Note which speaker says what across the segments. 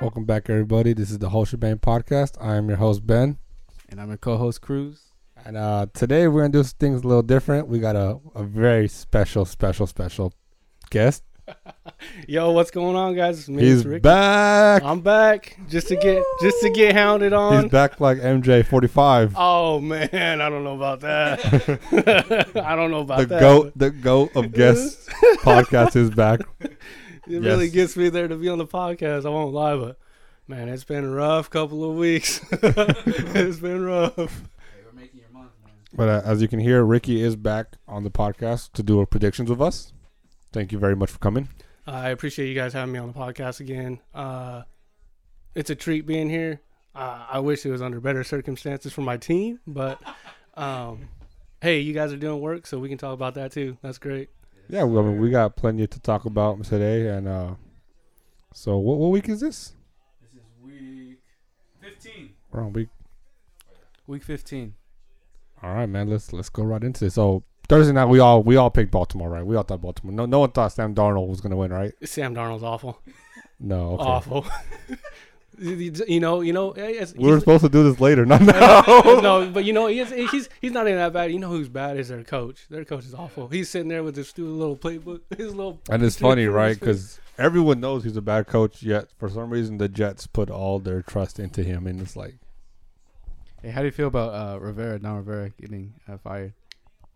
Speaker 1: Welcome back, everybody. This is the Whole Shebang Podcast. I am your host, Ben.
Speaker 2: And I'm your co host, Cruz.
Speaker 1: And uh, today we're going to do things a little different. We got a, a very special, special, special guest.
Speaker 2: Yo, what's going on, guys? It's me,
Speaker 1: He's
Speaker 2: it's Rick.
Speaker 1: back.
Speaker 2: I'm back just to get just to get hounded
Speaker 1: He's
Speaker 2: on.
Speaker 1: back like MJ45.
Speaker 2: Oh man, I don't know about that. I don't know about
Speaker 1: the
Speaker 2: that.
Speaker 1: goat, the goat of guests podcast is back.
Speaker 2: It really
Speaker 1: yes.
Speaker 2: gets me there to be on the podcast. I won't lie, but man, it's been a rough couple of weeks. it's been rough.
Speaker 3: we're making your month, man.
Speaker 1: But uh, as you can hear, Ricky is back on the podcast to do our predictions with us. Thank you very much for coming.
Speaker 2: I appreciate you guys having me on the podcast again. Uh, it's a treat being here. Uh, I wish it was under better circumstances for my team, but um, hey, you guys are doing work, so we can talk about that too. That's great.
Speaker 1: Yeah, well, I mean, we got plenty to talk about today, and uh, so what, what week is this?
Speaker 3: This is week 15.
Speaker 1: We're on week.
Speaker 2: Week 15.
Speaker 1: All right, man. Let's let's go right into this. So Thursday night, we all we all picked Baltimore, right? We all thought Baltimore. No, no one thought Sam Darnold was gonna win, right?
Speaker 2: Sam Darnold's awful.
Speaker 1: No, okay.
Speaker 2: Awful. You- you you know, you know, it's-
Speaker 1: We were
Speaker 2: he's-
Speaker 1: supposed to do this later, not now.
Speaker 2: no, but you know he is, he's he's not even that bad. You know who's bad is their coach. Their coach is awful. He's sitting there with his stupid little playbook, his little.
Speaker 1: And it's funny, right?
Speaker 2: Because
Speaker 1: Because everyone knows he's a bad coach, yet for some reason the Jets put all their trust into him, and it's like,
Speaker 4: Hey, how do you feel about uh, Rivera, Don Rivera getting uh, fired?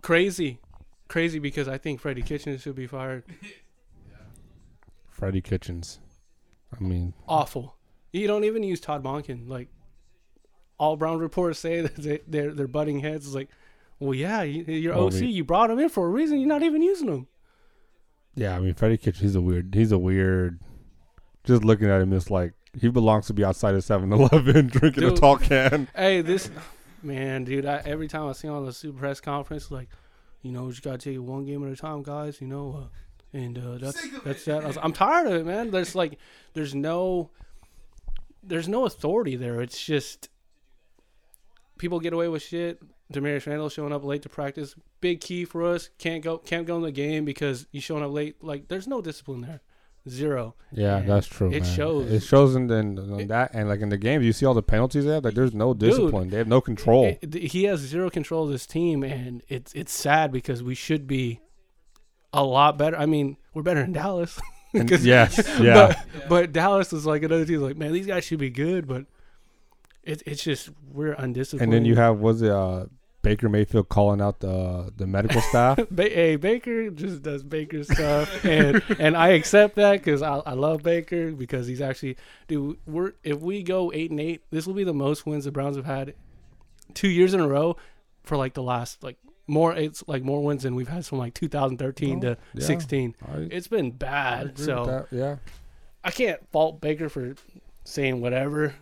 Speaker 2: crazy, crazy because I think Freddie Kitchens should be fired.
Speaker 1: Freddie Kitchens. I mean,
Speaker 2: Awful. You don't even use Todd Monken. Like all Brown reports say that they, they're they're butting heads. It's like, well, yeah, you, your
Speaker 1: Well,
Speaker 2: OC,
Speaker 1: we-
Speaker 2: you brought him in for a reason. You're not even using him.
Speaker 1: yeah, I mean Freddie Kitchens. He's a weird. He's a weird. Just looking at him, it's like he belongs to be outside of 7-Eleven drinking a
Speaker 2: Dude.
Speaker 1: tall can.
Speaker 2: Hey, this man, dude. I, every time I see him on the super press conference, like, you know, just gotta take it one game at a time, guys. You know, uh, and uh, that's
Speaker 3: Sick of
Speaker 2: that's
Speaker 3: it.
Speaker 2: that. I was, I'm tired of it, man. There's like, there's no, there's no authority there. It's just people get away with shit. Demarius Randall showing up late to practice, big key for us. Can't go, can't go in the game because you showing up late. Like, there's no discipline there, zero.
Speaker 1: Yeah,
Speaker 2: And
Speaker 1: that's true.
Speaker 2: it
Speaker 1: man.
Speaker 2: shows.
Speaker 1: It shows in, in, in
Speaker 2: It-
Speaker 1: that and like in the games, you see all the penalties they have. Like there's no discipline. they have no control.
Speaker 2: It- it- he has zero control of this team, and it's it's sad because we should be a lot better. I mean, we're better than Dallas,
Speaker 1: And-
Speaker 2: 'Cause-
Speaker 1: yes, yeah.
Speaker 2: but, but Dallas is like another team. Like, man, these guys should be good, but it, it's just we're
Speaker 1: and
Speaker 2: undisciplined.
Speaker 1: then you have was it uh, Baker Mayfield calling out the the medical staff?
Speaker 2: Ba- hey Baker just does Baker stuff, and and I accept that because I, I love Baker because he's actually dude. We're if we go eight and eight, this will be the most wins the Browns have had two years in a row for like the last like more it's like more wins than we've had from like 2013 to
Speaker 1: Oh, yeah.
Speaker 2: 16.
Speaker 1: I- I
Speaker 2: It's been
Speaker 1: agree
Speaker 2: bad,
Speaker 1: with
Speaker 2: so
Speaker 1: that, yeah,
Speaker 2: I can't fault Baker for saying whatever.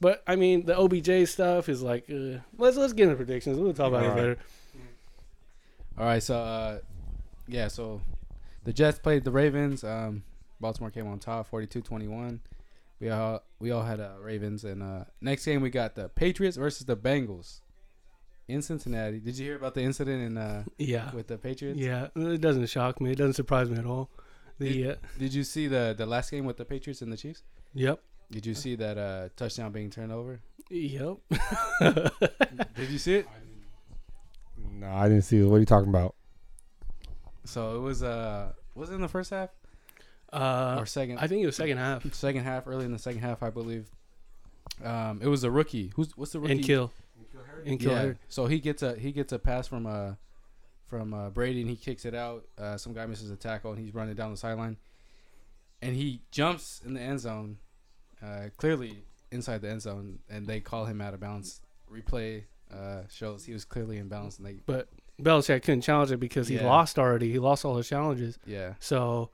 Speaker 2: But I mean, the OBJ stuff is like uh, let's let's get into predictions. We'll talk about it
Speaker 4: Alright.
Speaker 2: later.
Speaker 4: All right, so uh, yeah, so the Jets played the Ravens. Um, Baltimore came on top, 42-21. We all we all had uh, Ravens, and uh, next game we got the Patriots versus the Bengals in Cincinnati. Did you hear about the incident in uh,
Speaker 2: Yeah.
Speaker 4: with the Patriots?
Speaker 2: Yeah, uh, it doesn't shock me. It doesn't surprise me at all. The uh,
Speaker 4: Did you see the the last game with the Patriots and the Chiefs?
Speaker 2: yep,
Speaker 4: Did you see that uh, touchdown being turned over?
Speaker 2: yep.
Speaker 4: Did you see it?
Speaker 1: no, I didn't see. it. What are you talking about?
Speaker 4: So it was uh was it in the first half
Speaker 2: Uh,
Speaker 4: or second?
Speaker 2: I think it was second half
Speaker 4: second half, early in the second half, I believe. Um, it was a rookie. Who's what's the rookie?
Speaker 2: and kill, and kill.
Speaker 4: Yeah.
Speaker 2: her.
Speaker 4: So he gets a he gets a pass from uh from uh, Brady and he kicks it out. Uh, some guy misses a tackle and he's running down the sideline, and he jumps in the end zone, uh, clearly inside the end zone, and they call him out of bounds. Replay uh, shows he was clearly in bounds, and they
Speaker 2: But Belichick couldn't challenge it because he
Speaker 4: Yeah.
Speaker 2: lost already. He lost all his challenges,
Speaker 4: yeah
Speaker 2: so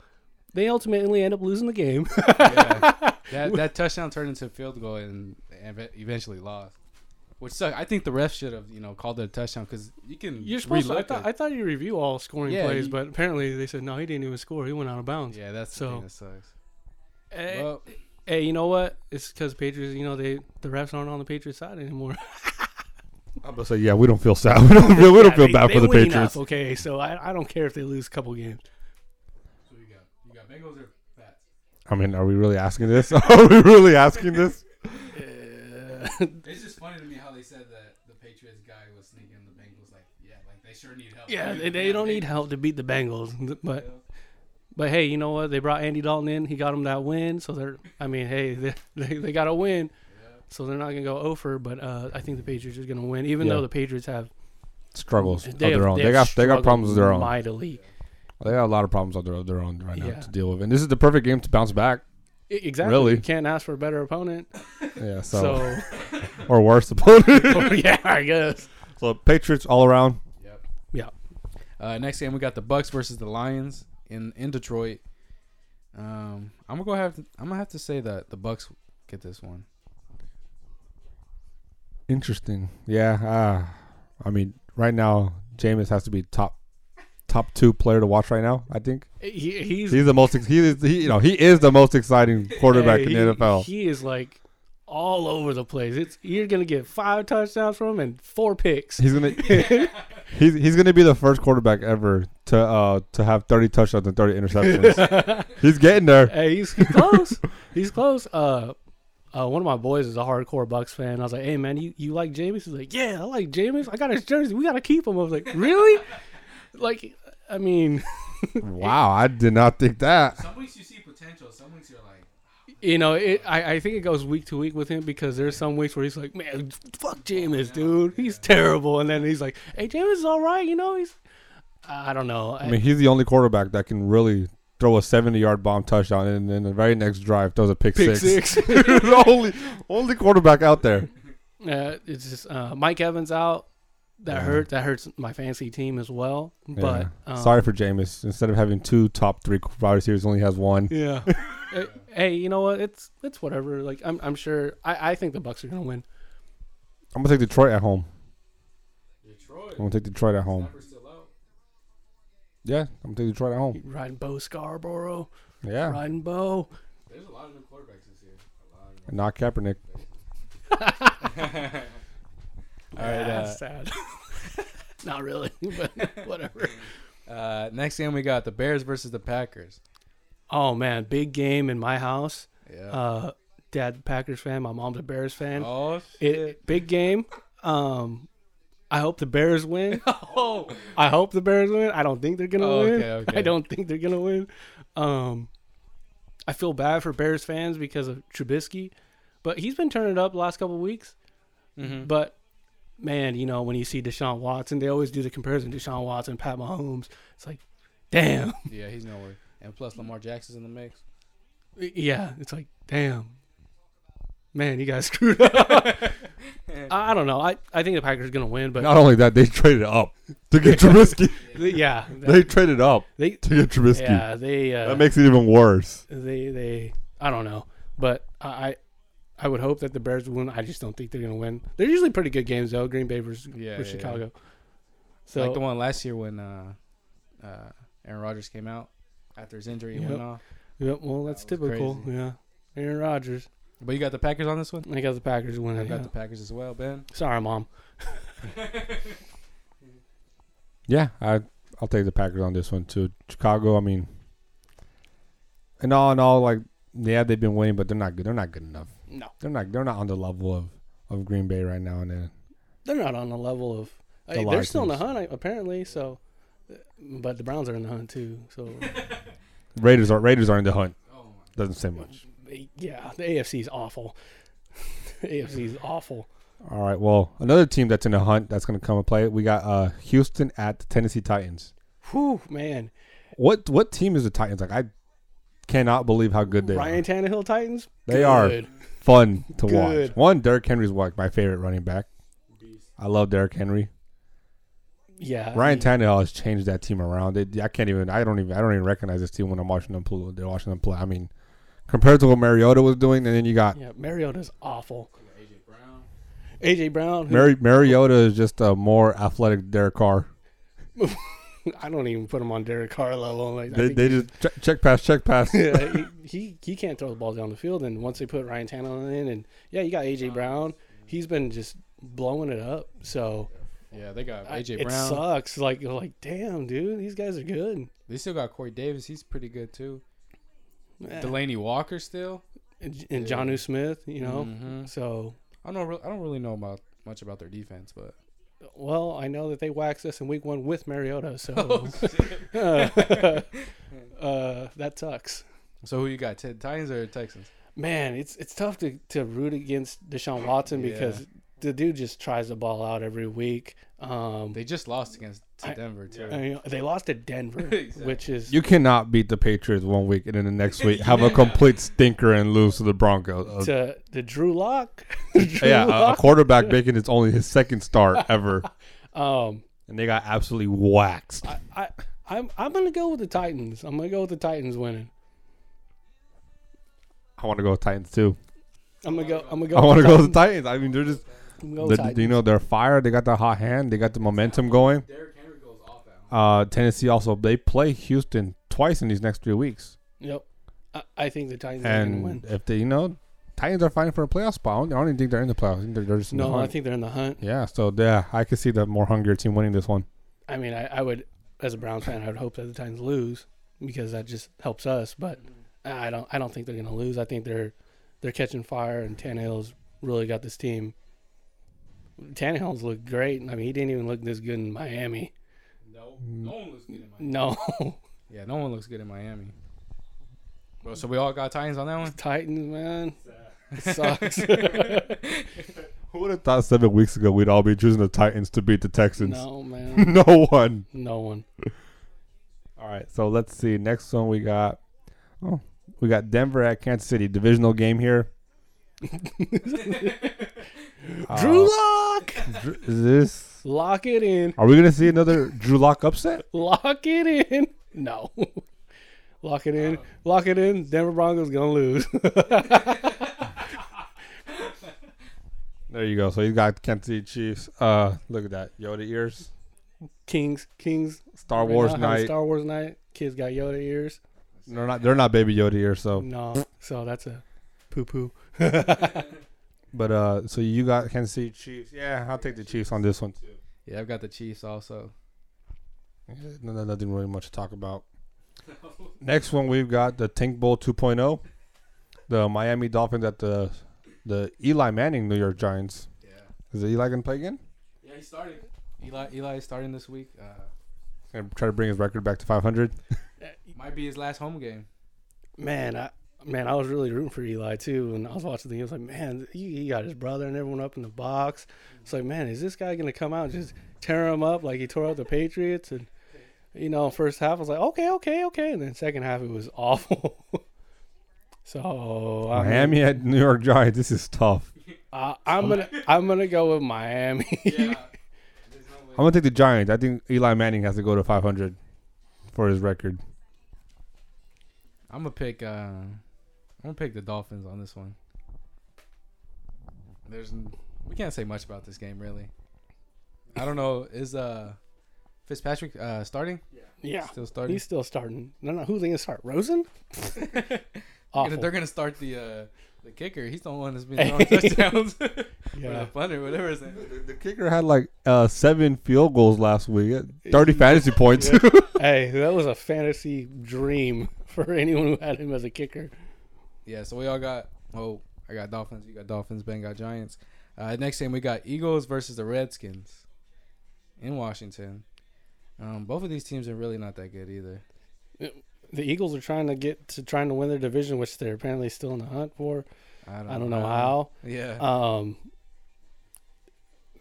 Speaker 2: they ultimately end up losing the game.
Speaker 4: yeah. that that touchdown turned into a field goal and and ev- eventually lost, which sucked. I think the ref should have you know called it a touchdown because you can
Speaker 2: You're supposed to. I
Speaker 4: relook
Speaker 2: thought,
Speaker 4: it.
Speaker 2: I thought you review all scoring
Speaker 4: Yeah,
Speaker 2: plays,
Speaker 4: you-
Speaker 2: but apparently they said no. He didn't even score. He went out of bounds.
Speaker 4: yeah, that's
Speaker 2: So-
Speaker 4: the thing that sucks.
Speaker 2: Hey,
Speaker 4: well,
Speaker 2: hey, eh, you know what? It's because Patriots. You know they the refs aren't on the Patriots side anymore.
Speaker 1: I'm gonna say, yeah, we don't feel sad. We don't feel, we don't
Speaker 2: Yeah,
Speaker 1: feel
Speaker 2: they-
Speaker 1: bad
Speaker 2: they
Speaker 1: for the
Speaker 2: win
Speaker 1: Patriots.
Speaker 2: enough, okay, so I, I don't care if they lose a couple games.
Speaker 4: so you got you got Bengals or Pats.
Speaker 1: I mean, are we really asking this? Are we really asking this?
Speaker 3: It's just funny to me how they said that the Patriots guy was sneaking in the Bengals. Like, yeah, like they sure need help.
Speaker 2: yeah,
Speaker 3: Dude,
Speaker 2: they, they don't need help to beat the Bengals, but but hey, you know what? They brought Andy Dalton in. He got them that win, so they're. I mean, hey, they they, they got a win, so they're not gonna go over. But uh, I think the Patriots are gonna win, even
Speaker 1: Yeah.
Speaker 2: though the Patriots have
Speaker 1: Struggles of
Speaker 2: they have,
Speaker 1: their own. They
Speaker 2: have
Speaker 1: got they got
Speaker 2: struggled
Speaker 1: problems of their own.
Speaker 2: mightily.
Speaker 1: They got a lot of problems of their, of their own right now
Speaker 2: Yeah.
Speaker 1: to deal with, and this is the perfect game to bounce back.
Speaker 2: I- E, Exactly.
Speaker 1: Really?
Speaker 2: You can't ask for a better opponent.
Speaker 1: Yeah, so,
Speaker 2: So, oh,
Speaker 1: or worse opponent.
Speaker 2: yeah, I guess.
Speaker 1: so Patriots all around.
Speaker 2: Yeah.
Speaker 4: Uh, next game we got the Bucks versus the Lions in in Detroit. Um, I'm gonna go have to, I'm gonna have to say that the Bucks get this one.
Speaker 1: Interesting. Yeah. Uh, I mean, right now, Jameis has to be top top two player to watch right now. I think
Speaker 2: He, he's
Speaker 1: he's the most. ex- He is. He, you know, he is the most exciting quarterback
Speaker 2: Hey,
Speaker 1: in the
Speaker 2: he-
Speaker 1: NFL.
Speaker 2: He is like all over the place. It's you're gonna get five touchdowns from him and four picks.
Speaker 1: he's gonna. he's he's gonna be the first quarterback ever to uh to have thirty touchdowns and thirty interceptions. he's getting there.
Speaker 2: Hey, he's, he's close. he's close. Uh, uh, one of my boys is a hardcore Bucks fan. I was like, "Hey, man, you, you like Jameis?" He's like, "Yeah, I like Jameis. I got his jersey. We gotta keep him." I was like, "Really?" like, I mean,
Speaker 1: Wow, I did not think that.
Speaker 3: Some weeks you see potential. Some weeks you're like,
Speaker 2: you know, it, I I think it goes week to week with him because there's some weeks where he's like, "Man, fuck Jameis, dude. He's terrible," and then he's like, "Hey, Jameis is all right. You know, he's." I don't know.
Speaker 1: I mean, he's the only quarterback that can really throw a seventy-yard bomb touchdown and then the very next drive throws a pick,
Speaker 2: pick
Speaker 1: six.
Speaker 2: six.
Speaker 1: the only only quarterback out there.
Speaker 2: Uh, it's just uh, Mike Evans out. That
Speaker 1: Yeah.
Speaker 2: hurt. That hurts my fantasy team as well. But
Speaker 1: Yeah.
Speaker 2: um,
Speaker 1: sorry for Jameis. Instead of having two top three wide receivers, only has one.
Speaker 2: Yeah. Uh, hey, you know what? It's it's whatever. Like I'm I'm sure. I, I think the Bucks are gonna win.
Speaker 1: I'm gonna take Detroit at home.
Speaker 3: Detroit.
Speaker 1: I'm gonna take Detroit at
Speaker 4: Oh.
Speaker 1: home.
Speaker 3: Number's still out.
Speaker 1: Yeah, I'm gonna take Detroit at home.
Speaker 2: Riding Bo Scarborough.
Speaker 1: Yeah,
Speaker 2: Riding Bo.
Speaker 3: There's a lot of new quarterbacks this year. A lot. Of
Speaker 1: and not Kaepernick.
Speaker 4: All right.
Speaker 2: That's Ah,
Speaker 4: Uh,
Speaker 2: sad. Not really, but whatever.
Speaker 4: uh, next game we got the Bears versus the Packers.
Speaker 2: Oh man, big game in my house.
Speaker 4: Yeah.
Speaker 2: Uh, Dad Packers fan. My mom's a Bears fan.
Speaker 4: oh shit.
Speaker 2: It, big game. Um, I hope the Bears win. I hope the Bears win. I don't think they're gonna
Speaker 4: Oh,
Speaker 2: win.
Speaker 4: okay, okay.
Speaker 2: I don't think they're gonna win. Um, I feel bad for Bears fans because of Trubisky, but he's been turning it up the last couple of weeks.
Speaker 4: Mhm.
Speaker 2: But man, you know when you see Deshaun Watson, they always do the comparison Deshaun Watson, Pat Mahomes. It's like, damn.
Speaker 4: Yeah, he's nowhere. And plus Lamar Jackson's in the mix.
Speaker 2: Yeah, it's like, damn. Man, you guys screwed up. I I don't know. I, I think the Packers are gonna win, but
Speaker 1: Not only that, they traded up to get Trubisky.
Speaker 2: yeah,
Speaker 1: they traded up
Speaker 2: they
Speaker 1: to get Trubisky.
Speaker 2: yeah they uh,
Speaker 1: That makes it even worse.
Speaker 2: they they I don't know, but I I- I would hope that the Bears win. I just don't think they're gonna win. They're usually pretty good games though. Green Bay versus,
Speaker 4: Yeah,
Speaker 2: versus
Speaker 4: yeah, yeah.
Speaker 2: Chicago. So
Speaker 4: like the one last year when uh, uh, Aaron Rodgers came out after his injury and
Speaker 2: Yep.
Speaker 4: went off.
Speaker 2: yeah, well that's
Speaker 4: That was
Speaker 2: typical.
Speaker 4: crazy.
Speaker 2: Yeah, Aaron Rodgers.
Speaker 4: But you got the Packers on this one.
Speaker 2: I got the Packers
Speaker 4: I
Speaker 2: winning.
Speaker 4: got
Speaker 2: yeah.
Speaker 4: the Packers as well, Ben.
Speaker 2: Sorry, mom.
Speaker 1: Yeah, I I'll take the Packers on this one too. Chicago, I mean, and all in all, like yeah, they've been winning, but they're not good. They're not good enough.
Speaker 2: No,
Speaker 1: They're not. They're not on the level of of Green Bay right now. And then
Speaker 2: they're not on the level of.
Speaker 1: A
Speaker 2: Hey,
Speaker 1: lot
Speaker 2: they're
Speaker 1: of
Speaker 2: still in the
Speaker 1: teams.
Speaker 2: hunt I- apparently. So, but the Browns are in the hunt too. So
Speaker 1: Raiders are Raiders are in the hunt.
Speaker 3: oh my.
Speaker 1: Doesn't say much.
Speaker 2: they- yeah, the AFC is awful. AFC is awful.
Speaker 1: All right. Well, another team that's in the hunt that's going to come and play. We got uh Houston at the Tennessee Titans.
Speaker 2: Whew, man.
Speaker 1: What what team is the Titans? Like I cannot believe how good they
Speaker 2: Ryan
Speaker 1: are.
Speaker 2: Tannehill Titans.
Speaker 1: They are.
Speaker 2: Good.
Speaker 1: Fun to
Speaker 2: Good.
Speaker 1: watch. One, Derrick Henry's like my favorite running back. I love Derrick Henry.
Speaker 2: Yeah.
Speaker 1: Ryan Tannehill has changed that team around. It, I can't even. I don't even. I don't even recognize this team when I'm watching them. Play, they're watching them play. I mean, compared to what Mariota was doing, and then you got
Speaker 2: Yeah, Mariota's awful.
Speaker 3: You got AJ Brown.
Speaker 2: AJ Brown, who,
Speaker 1: Mari- Mariota is just a more athletic Derek Carr.
Speaker 2: I don't even put him on Derek Carr level. Like, I
Speaker 1: They,
Speaker 2: think
Speaker 1: they
Speaker 2: he's-
Speaker 1: just check, check pass, check pass.
Speaker 2: yeah, he, he he can't throw the ball down the field. And once they put Ryan Tannehill in, and yeah, you got AJ Brown. He's been just blowing it up. So
Speaker 4: Yeah, they got
Speaker 2: I-
Speaker 4: AJ
Speaker 2: it
Speaker 4: Brown.
Speaker 2: sucks. Like you're like, damn, dude, these guys are good.
Speaker 4: They still got Corey Davis. He's pretty good too. Delaney Walker still.
Speaker 2: and, and Johnu Smith, you know.
Speaker 4: Mhm.
Speaker 2: So,
Speaker 4: I don't know. I don't really know about much about their defense, but
Speaker 2: well, I know that they waxed us in week one with Mariota, so uh, that sucks.
Speaker 4: so who you got? Ted Titans or Texans?
Speaker 2: Man, it's it's tough to, to root against Deshaun Watson
Speaker 4: Yeah.
Speaker 2: because the dude just tries the ball out every week. Um,
Speaker 4: They just lost against to
Speaker 2: I-
Speaker 4: Denver too.
Speaker 2: I mean, they lost to Denver,
Speaker 3: Exactly.
Speaker 2: which is
Speaker 1: You cannot beat the Patriots one week and then the next week have a complete stinker and lose to the Broncos. Uh,
Speaker 2: to the Drew Lock. Drew
Speaker 1: yeah, uh, a- a
Speaker 2: Lock.
Speaker 1: quarterback making it's only his second start ever,
Speaker 2: Um,
Speaker 1: and they got absolutely waxed.
Speaker 2: I, I I'm I'm gonna go with the Titans. I'm gonna go with the Titans winning.
Speaker 1: I want to go with Titans too.
Speaker 2: I'm gonna go. I'm gonna go.
Speaker 1: I
Speaker 2: with
Speaker 1: want to
Speaker 2: the
Speaker 1: go with
Speaker 2: Titans.
Speaker 1: the Titans. I mean, they're just
Speaker 2: I'm gonna go
Speaker 1: they're-
Speaker 2: with Titans.
Speaker 1: you know they're fire. They got the hot hand. They got the momentum going.
Speaker 3: Derrick Henry goes off at home.
Speaker 1: Uh, Tennessee also they play Houston twice in these next three weeks,
Speaker 2: Yep. I, I think the Titans are going to
Speaker 1: and
Speaker 2: win.
Speaker 1: if they you know Titans are fighting for a playoff spot. I don't, I don't even think they're in the playoffs. I think they're, they're just in the
Speaker 2: No, I
Speaker 1: hunt.
Speaker 2: think they're in the hunt.
Speaker 1: yeah. So yeah, I could see the more hungrier team winning this one.
Speaker 2: I mean, I, I would, as a Browns fan, I would hope that the Titans lose because that just helps us. But I don't. I don't think they're going to lose. I think they're they're catching fire, and Tannehill's really got this team. Tannehill's looked great. I mean, he didn't even look this good in Miami.
Speaker 3: No, no
Speaker 2: mm.
Speaker 3: one was getting my.
Speaker 2: No,
Speaker 4: Yeah, no one looks good in Miami. Well, so we all got Titans on that one.
Speaker 2: Titans, man, it sucks.
Speaker 1: Who would have thought seven weeks ago we'd all be choosing the Titans to beat the Texans?
Speaker 2: no, man,
Speaker 1: No, one.
Speaker 2: no one.
Speaker 1: All right, so let's see. Next one we got. Oh, we got Denver at Kansas City divisional game here. Uh,
Speaker 2: Drew Lock,
Speaker 1: Dr- is this?
Speaker 2: lock it in.
Speaker 1: Are we gonna see another Drew Lock upset?
Speaker 2: Lock it in. No. Lock it in. Lock it in. Denver Broncos gonna lose.
Speaker 1: There you go. So you got Kansas City Chiefs. Uh, look at that Yoda ears.
Speaker 2: Kings. Kings.
Speaker 1: Star
Speaker 2: right
Speaker 1: Wars
Speaker 2: now having
Speaker 1: night.
Speaker 2: Star Wars night. Kids got Yoda ears.
Speaker 1: they're not. They're not baby Yoda ears. So,
Speaker 2: No. So that's a poo poo.
Speaker 1: but uh, so you got Kansas City Chiefs. Yeah, I'll take the Chiefs on this one too.
Speaker 4: Yeah, I've got the Chiefs also.
Speaker 1: Yeah, no- no- nothing really much to talk about. Next one we've got the Tank Bowl 2.0, the Miami Dolphins at the the Eli Manning New York Giants.
Speaker 4: Yeah,
Speaker 1: Is it Eli gonna play again?
Speaker 3: Yeah, he started.
Speaker 4: Eli Eli is starting this week. Uh,
Speaker 1: Gonna try to bring his record back to 500.
Speaker 4: might be his last home game.
Speaker 2: Man, I man, I was really rooting for Eli too. And I was watching the game. I was like, man, he, he got his brother and everyone up in the box. It's like, man, is this guy gonna come out and just tear him up like he tore up the Patriots? And you know, first half I was like, okay, okay, okay, and then second half it was awful. so I mean,
Speaker 1: Miami at New York Giants. This is tough.
Speaker 2: Uh, I'm gonna I'm gonna go with Miami.
Speaker 3: Yeah. There's no way.
Speaker 1: I'm gonna take the Giants. I think Eli Manning has to go to 500 for his record.
Speaker 4: I'm gonna pick. Uh, I'm gonna pick the Dolphins on this one. There's n- we can't say much about this game really. I don't know. Is uh Fitzpatrick uh starting?
Speaker 2: yeah,
Speaker 4: Still starting.
Speaker 2: he's still starting. No, no, who's they gonna start? Rosen?
Speaker 4: Gonna-
Speaker 2: Awful.
Speaker 4: they're gonna start the uh the kicker. He's the one that's been throwing touchdowns. Or
Speaker 2: Yeah.
Speaker 4: the punter, whatever his name. is.
Speaker 1: The kicker had like uh, seven field goals last week, 30 fantasy points.
Speaker 2: hey, that was a fantasy dream for anyone who had him as a kicker.
Speaker 4: Yeah, so we all got. Oh, I got Dolphins. You got Dolphins. Ben got Giants. Uh, next game we got Eagles versus the Redskins in Washington. Um, both of these teams are really not that good either.
Speaker 2: The Eagles are trying to get to trying to win their division, which they're apparently still in the hunt for.
Speaker 4: I don't.
Speaker 2: I don't know how.
Speaker 4: Yeah.
Speaker 2: Um,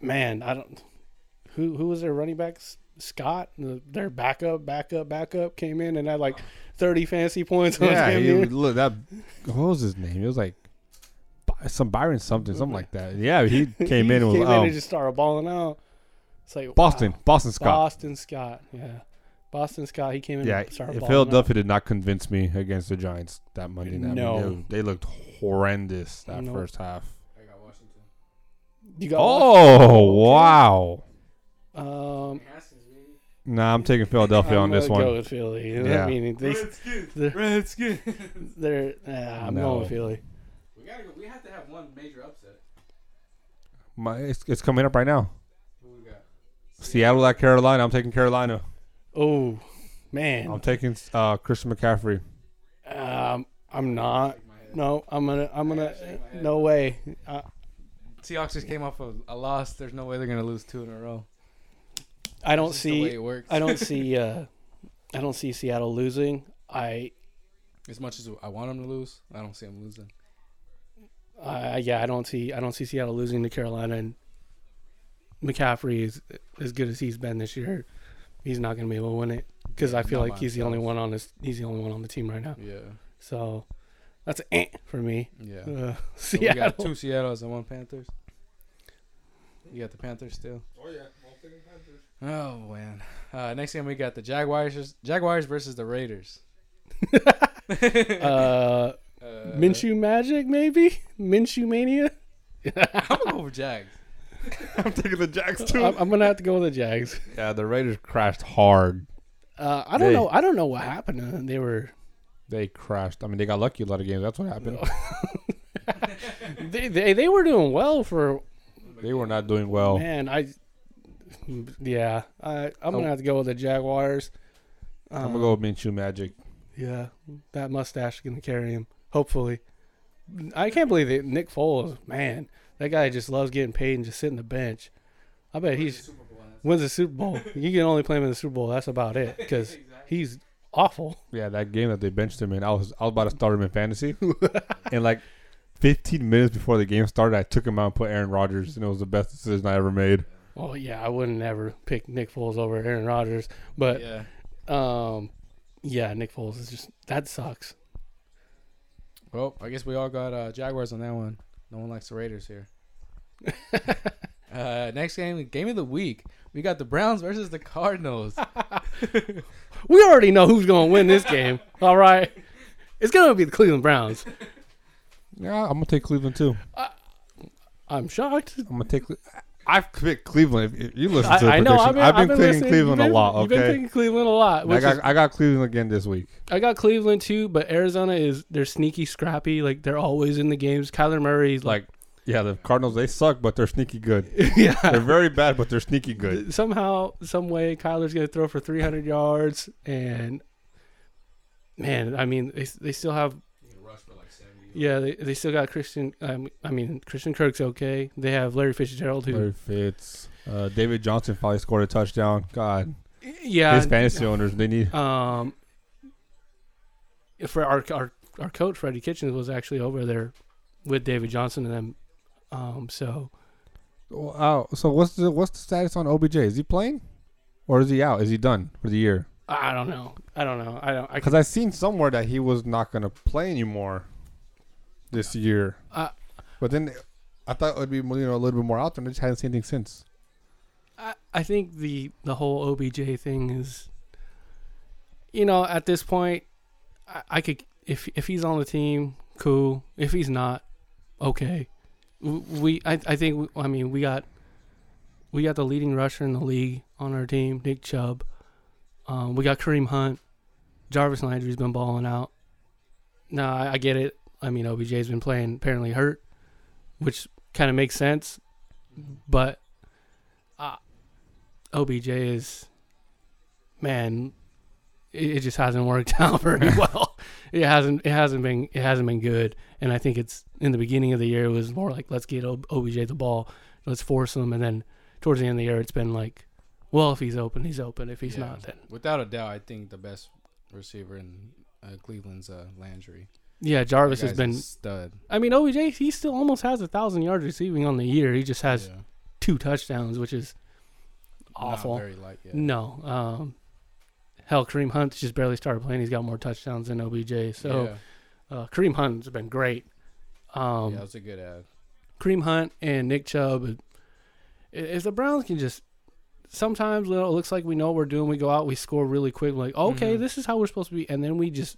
Speaker 2: man, I don't. Who who was their running back? S- Scott, The- their backup, backup, backup came in and had like thirty fantasy points. on his
Speaker 1: yeah,
Speaker 2: game
Speaker 1: he,
Speaker 2: here.
Speaker 1: look that. What was his name? It was like By- some Byron something, something like that. Yeah, he came
Speaker 2: He
Speaker 1: in and was
Speaker 2: came
Speaker 1: oh,
Speaker 2: and just started balling out. It's like
Speaker 1: Boston,
Speaker 2: wow.
Speaker 1: Boston Scott.
Speaker 2: Boston Scott, yeah, Boston Scott. He came in.
Speaker 1: yeah,
Speaker 2: and started balling
Speaker 1: Philadelphia did not convince me against the Giants that Monday night. I mean,
Speaker 2: No.
Speaker 1: they, they looked horrendous that
Speaker 2: Nope.
Speaker 1: first half.
Speaker 3: I got Washington.
Speaker 2: out. You got
Speaker 1: Oh wow!
Speaker 2: wow. Um,
Speaker 3: Haskins, maybe.
Speaker 1: Nah, I'm taking Philadelphia
Speaker 2: I'm
Speaker 1: on this
Speaker 2: gonna Go
Speaker 1: one.
Speaker 2: with Philly.
Speaker 1: Yeah.
Speaker 2: I mean, they,
Speaker 3: Redskins.
Speaker 2: they're-
Speaker 3: Redskins.
Speaker 2: they're. Uh, I'm
Speaker 1: No.
Speaker 2: going with Philly.
Speaker 3: we gotta go. We have to have one major upset.
Speaker 1: My, it's, it's coming up right now.
Speaker 3: Who we got?
Speaker 1: Seattle at Carolina. I'm taking Carolina.
Speaker 2: Oh
Speaker 1: I'm
Speaker 2: man,
Speaker 1: taking uh, Christian McCaffrey.
Speaker 2: um, I'm not. No, I'm gonna. I'm gonna. No way. I,
Speaker 4: Seahawks just came off of a loss. There's no way they're gonna lose two in a row.
Speaker 2: I don't
Speaker 4: That's just the way
Speaker 2: see.
Speaker 4: it works.
Speaker 2: I don't see. Uh, I don't see Seattle losing. I.
Speaker 4: As much as I want them to lose, I don't see them losing.
Speaker 2: I Uh, yeah. I don't see. I don't see Seattle losing to Carolina. And McCaffrey is as good as he's been this year. He's not gonna be able to win it because I feel
Speaker 4: Not
Speaker 2: like
Speaker 4: by
Speaker 2: he's the only
Speaker 4: himself.
Speaker 2: one on this. He's the only one on the team right now.
Speaker 4: Yeah,
Speaker 2: So that's an eh for me.
Speaker 4: yeah.
Speaker 2: Uh,
Speaker 4: So we
Speaker 2: Seattle.
Speaker 4: got two Seattle's and one Panthers. You got the Panthers still.
Speaker 1: Oh yeah.
Speaker 4: Oh man. Uh, next game we got the Jaguars. Jaguars versus the Raiders.
Speaker 2: uh,
Speaker 4: Uh,
Speaker 2: Minshew Magic, maybe Minshew Mania.
Speaker 4: I'm gonna go over Jags.
Speaker 1: I'm taking the Jacks too.
Speaker 2: I'm, I'm gonna have to go with the Jags.
Speaker 1: yeah, the Raiders crashed hard.
Speaker 2: Uh, I don't
Speaker 1: Hey.
Speaker 2: know. I don't know what happened. Uh, they were
Speaker 1: They crashed. I mean, they got lucky a lot of games. That's what happened.
Speaker 2: they, they they were doing well for
Speaker 1: They were not doing well.
Speaker 2: man. I yeah. I I'm
Speaker 1: Oh.
Speaker 2: gonna have to go with the Jaguars. Um,
Speaker 1: I'm gonna go with Minshew Magic.
Speaker 2: Yeah, that mustache is gonna carry him. Hopefully, I can't believe that Nick Foles. Man, that guy just loves getting paid and just sitting the bench. I bet he's
Speaker 3: Super Bowl has-
Speaker 2: wins the Super Bowl. you can only play him in the Super Bowl. That's about it because he's awful.
Speaker 1: Yeah, that game that they benched him in, I was I was about to start him in fantasy, and like 15 minutes before the game started, I took him out and put Aaron Rodgers, and it was the best decision I ever made.
Speaker 2: Well, yeah, I wouldn't ever pick Nick Foles over Aaron Rodgers, but
Speaker 4: Yeah.
Speaker 2: um, yeah, Nick Foles is just that sucks.
Speaker 4: Well, I guess we all got uh, Jaguars on that one. No one likes the Raiders here. uh, next game, game of the week, we got the Browns versus the Cardinals.
Speaker 2: We already know who's gonna win this game. All right, it's gonna be the Cleveland Browns.
Speaker 1: Yeah, I'm gonna take Cleveland too.
Speaker 2: I'm shocked.
Speaker 1: I'm gonna take. Cle- I've picked Cleveland. If- if you listen to the
Speaker 2: I, I know.
Speaker 1: prediction.
Speaker 2: I've been,
Speaker 1: I've been, picking
Speaker 2: listening.
Speaker 1: Cleveland
Speaker 2: You've
Speaker 1: a
Speaker 2: been-
Speaker 1: lot.
Speaker 2: You've been
Speaker 1: Okay,
Speaker 2: picking Cleveland a lot.
Speaker 1: And I
Speaker 2: Which
Speaker 1: got
Speaker 2: is,
Speaker 1: I got Cleveland again this week.
Speaker 2: I got Cleveland too, but Arizona is they're sneaky, scrappy. Like they're always in the games. Kyler Murray's like,
Speaker 1: Like, yeah, the Cardinals they suck, but they're sneaky good.
Speaker 2: yeah.
Speaker 1: they're very bad, but they're sneaky good.
Speaker 2: somehow, some way, Kyler's gonna throw for 300 yards, and man, I mean, they, they still have
Speaker 3: You can rush for like 70.
Speaker 2: yeah, they, they still got Christian. Um, I mean, Christian Kirk's okay. They have Larry Fitzgerald who
Speaker 1: Larry Fitz, uh, David Johnson finally scored a touchdown. God,
Speaker 2: yeah,
Speaker 1: his fantasy owners they need.
Speaker 2: um, for our our our coach Freddie Kitchens was actually over there with David Johnson and them. Um, so
Speaker 1: Wow. oh, So what's the what's the status on OBJ? Is he playing, or is he out? Is he done for the year?
Speaker 2: I I don't know. I don't know. I don't. I,
Speaker 1: Because I seen somewhere that he was not gonna play anymore this year.
Speaker 2: Uh,
Speaker 1: but then I thought it would be you know a little bit more out there, and I just haven't seen anything since.
Speaker 2: I, I think the the whole OBJ thing is, you know, at this point, I, I could if if he's on the team, cool. If he's not, okay. W- We I I think we, I mean we got we got the leading rusher in the league on our team, Nick Chubb. Um, we got Kareem Hunt. Jarvis Landry's been balling out. No, I, I get it. I mean, OBJ's been playing apparently hurt, which kind of makes sense, but uh, OBJ is, man, it, it just hasn't worked out very well. It hasn't. It hasn't been. It hasn't been good. And I think it's in the beginning of the year. It was more like let's get O- OBJ the ball, let's force him, and then towards the end of the year, it's been like, well, if he's open, he's open. If he's
Speaker 4: Yeah.
Speaker 2: not, then
Speaker 4: Without a doubt, I think the best receiver in uh, Cleveland's uh, Landry.
Speaker 2: yeah, Jarvis
Speaker 4: That
Speaker 2: has
Speaker 4: guy's a
Speaker 2: been.
Speaker 4: stud.
Speaker 2: I mean, OBJ he still almost has a thousand yards receiving on the year. He just has
Speaker 4: Yeah.
Speaker 2: two touchdowns, which is
Speaker 4: Not
Speaker 2: awful.
Speaker 4: very like, yeah.
Speaker 2: No. Um, hell, Kareem Hunt's just barely started playing. He's got more touchdowns than OBJ. So uh, Kareem Hunt's been great.
Speaker 4: yeah,
Speaker 2: Um,
Speaker 4: yeah, that was a good ad.
Speaker 2: Kareem Hunt and Nick Chubb. i- If the Browns can just sometimes you know, it looks like we know what we're doing, we go out, we score really quick. Like, okay,
Speaker 4: Mhm.
Speaker 2: this is how we're supposed to be, and then we just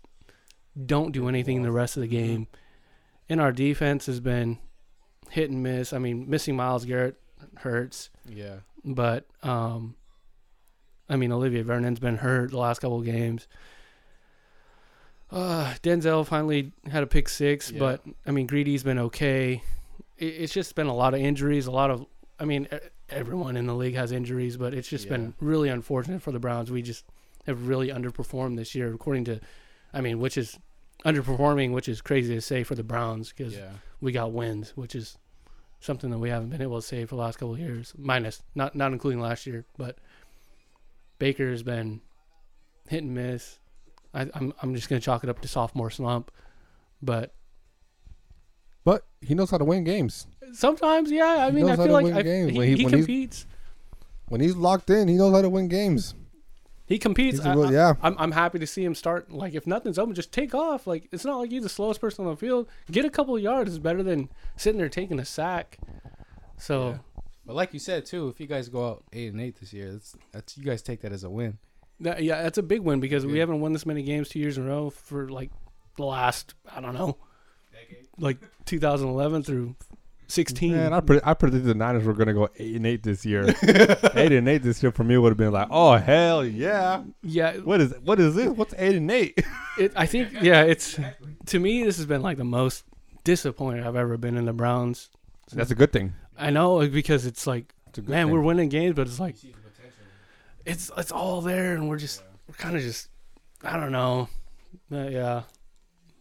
Speaker 2: don't do anything the rest of the game. And our defense has been hit and miss. I mean, missing Miles Garrett hurts
Speaker 4: Yeah,
Speaker 2: but um, I mean Olivia Vernon's been hurt the last couple of games. Uh, Denzel finally had a pick six,
Speaker 4: Yeah.
Speaker 2: but I mean Greedy's been okay. It, it's just been a lot of injuries, a lot of I mean e- everyone in the league has injuries, but it's just been really unfortunate for the Browns. We just have really underperformed this year, according to, I mean, which is underperforming, which is crazy to say for the Browns because
Speaker 4: Yeah.
Speaker 2: we got wins, which is something that we haven't been able to say for the last couple of years, minus not not including last year. But Baker has been hit and miss. I, I'm I'm just gonna chalk it up to sophomore slump, but
Speaker 1: But he knows how to win games.
Speaker 2: sometimes, yeah, I
Speaker 1: He
Speaker 2: mean, I
Speaker 1: knows how
Speaker 2: feel
Speaker 1: to
Speaker 2: like
Speaker 1: win
Speaker 2: I,
Speaker 1: games.
Speaker 2: he,
Speaker 1: When he-
Speaker 2: he
Speaker 1: when he's-
Speaker 2: competes.
Speaker 1: When he's locked in, he knows how to win games.
Speaker 2: He competes.
Speaker 1: He's a
Speaker 2: I-
Speaker 1: real-
Speaker 2: I-
Speaker 1: yeah.
Speaker 2: I'm, I'm happy to see him start. Like, if nothing's open, just take off. Like, it's not like you're the slowest person on the field. Get a couple of yards is better than sitting there taking a sack. So,
Speaker 4: Yeah. But like you said too, if you guys go out eight and eight this year, that's that's you guys take that as a win.
Speaker 2: that, yeah, that's a big win because we
Speaker 4: Yeah.
Speaker 2: haven't won this many games two years in a row for like the last, I don't know,
Speaker 3: Decade.
Speaker 2: like 2011 through 16.
Speaker 1: Man, I, pred- I predicted the Niners were going to go eight and eight this year. eight and eight this year for me would have been like, oh hell yeah!
Speaker 2: yeah,
Speaker 1: What is what is this? What's eight and eight?
Speaker 2: it, I think, yeah, it's to me, this has been like the most disappointed I've ever been in the Browns.
Speaker 1: That's a good thing.
Speaker 2: I know like, because it's like,
Speaker 1: It's a good
Speaker 2: man,
Speaker 1: thing.
Speaker 2: we're winning games, but it's like,
Speaker 3: You see the potential.
Speaker 2: it's it's all there, and we're just we're kind of just I don't know. Uh, yeah,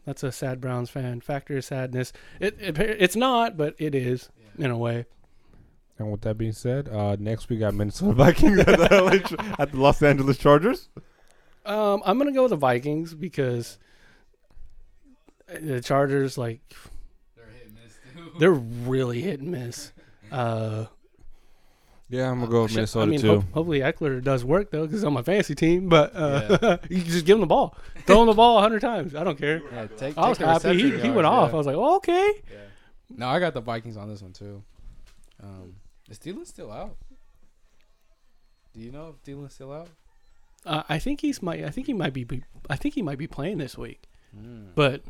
Speaker 2: that's a sad Browns fan. Factor of sadness. It, it it's not, but it is
Speaker 3: Yeah.
Speaker 2: in a way.
Speaker 1: And with that being said, uh, next we got Minnesota Vikings at the, LA Ch- at the Los Angeles Chargers.
Speaker 2: Um, I'm gonna go with the Vikings because the Chargers like
Speaker 3: They're hit and miss too.
Speaker 2: they're really hit and miss. Uh,
Speaker 1: Yeah, I'm gonna go with
Speaker 2: shit,
Speaker 1: Minnesota
Speaker 2: I mean, oh,
Speaker 1: too.
Speaker 2: hope- hopefully Eckler does work though, because on my fantasy team. But uh, you just give him the ball, throw him the ball hundred times. I don't care.
Speaker 4: Yeah, take, take
Speaker 2: I was
Speaker 4: the
Speaker 2: happy. He,
Speaker 4: reception
Speaker 2: he
Speaker 4: yards,
Speaker 2: went off.
Speaker 4: yeah.
Speaker 2: I was like, "Oh, okay.
Speaker 4: No, I got the Vikings on this one too. Um, is Dylan still out? Do you know if Dylan's still out?
Speaker 2: Uh, I think he's might. I think he might be, be. I think he might be playing this week.
Speaker 4: Mm.
Speaker 2: But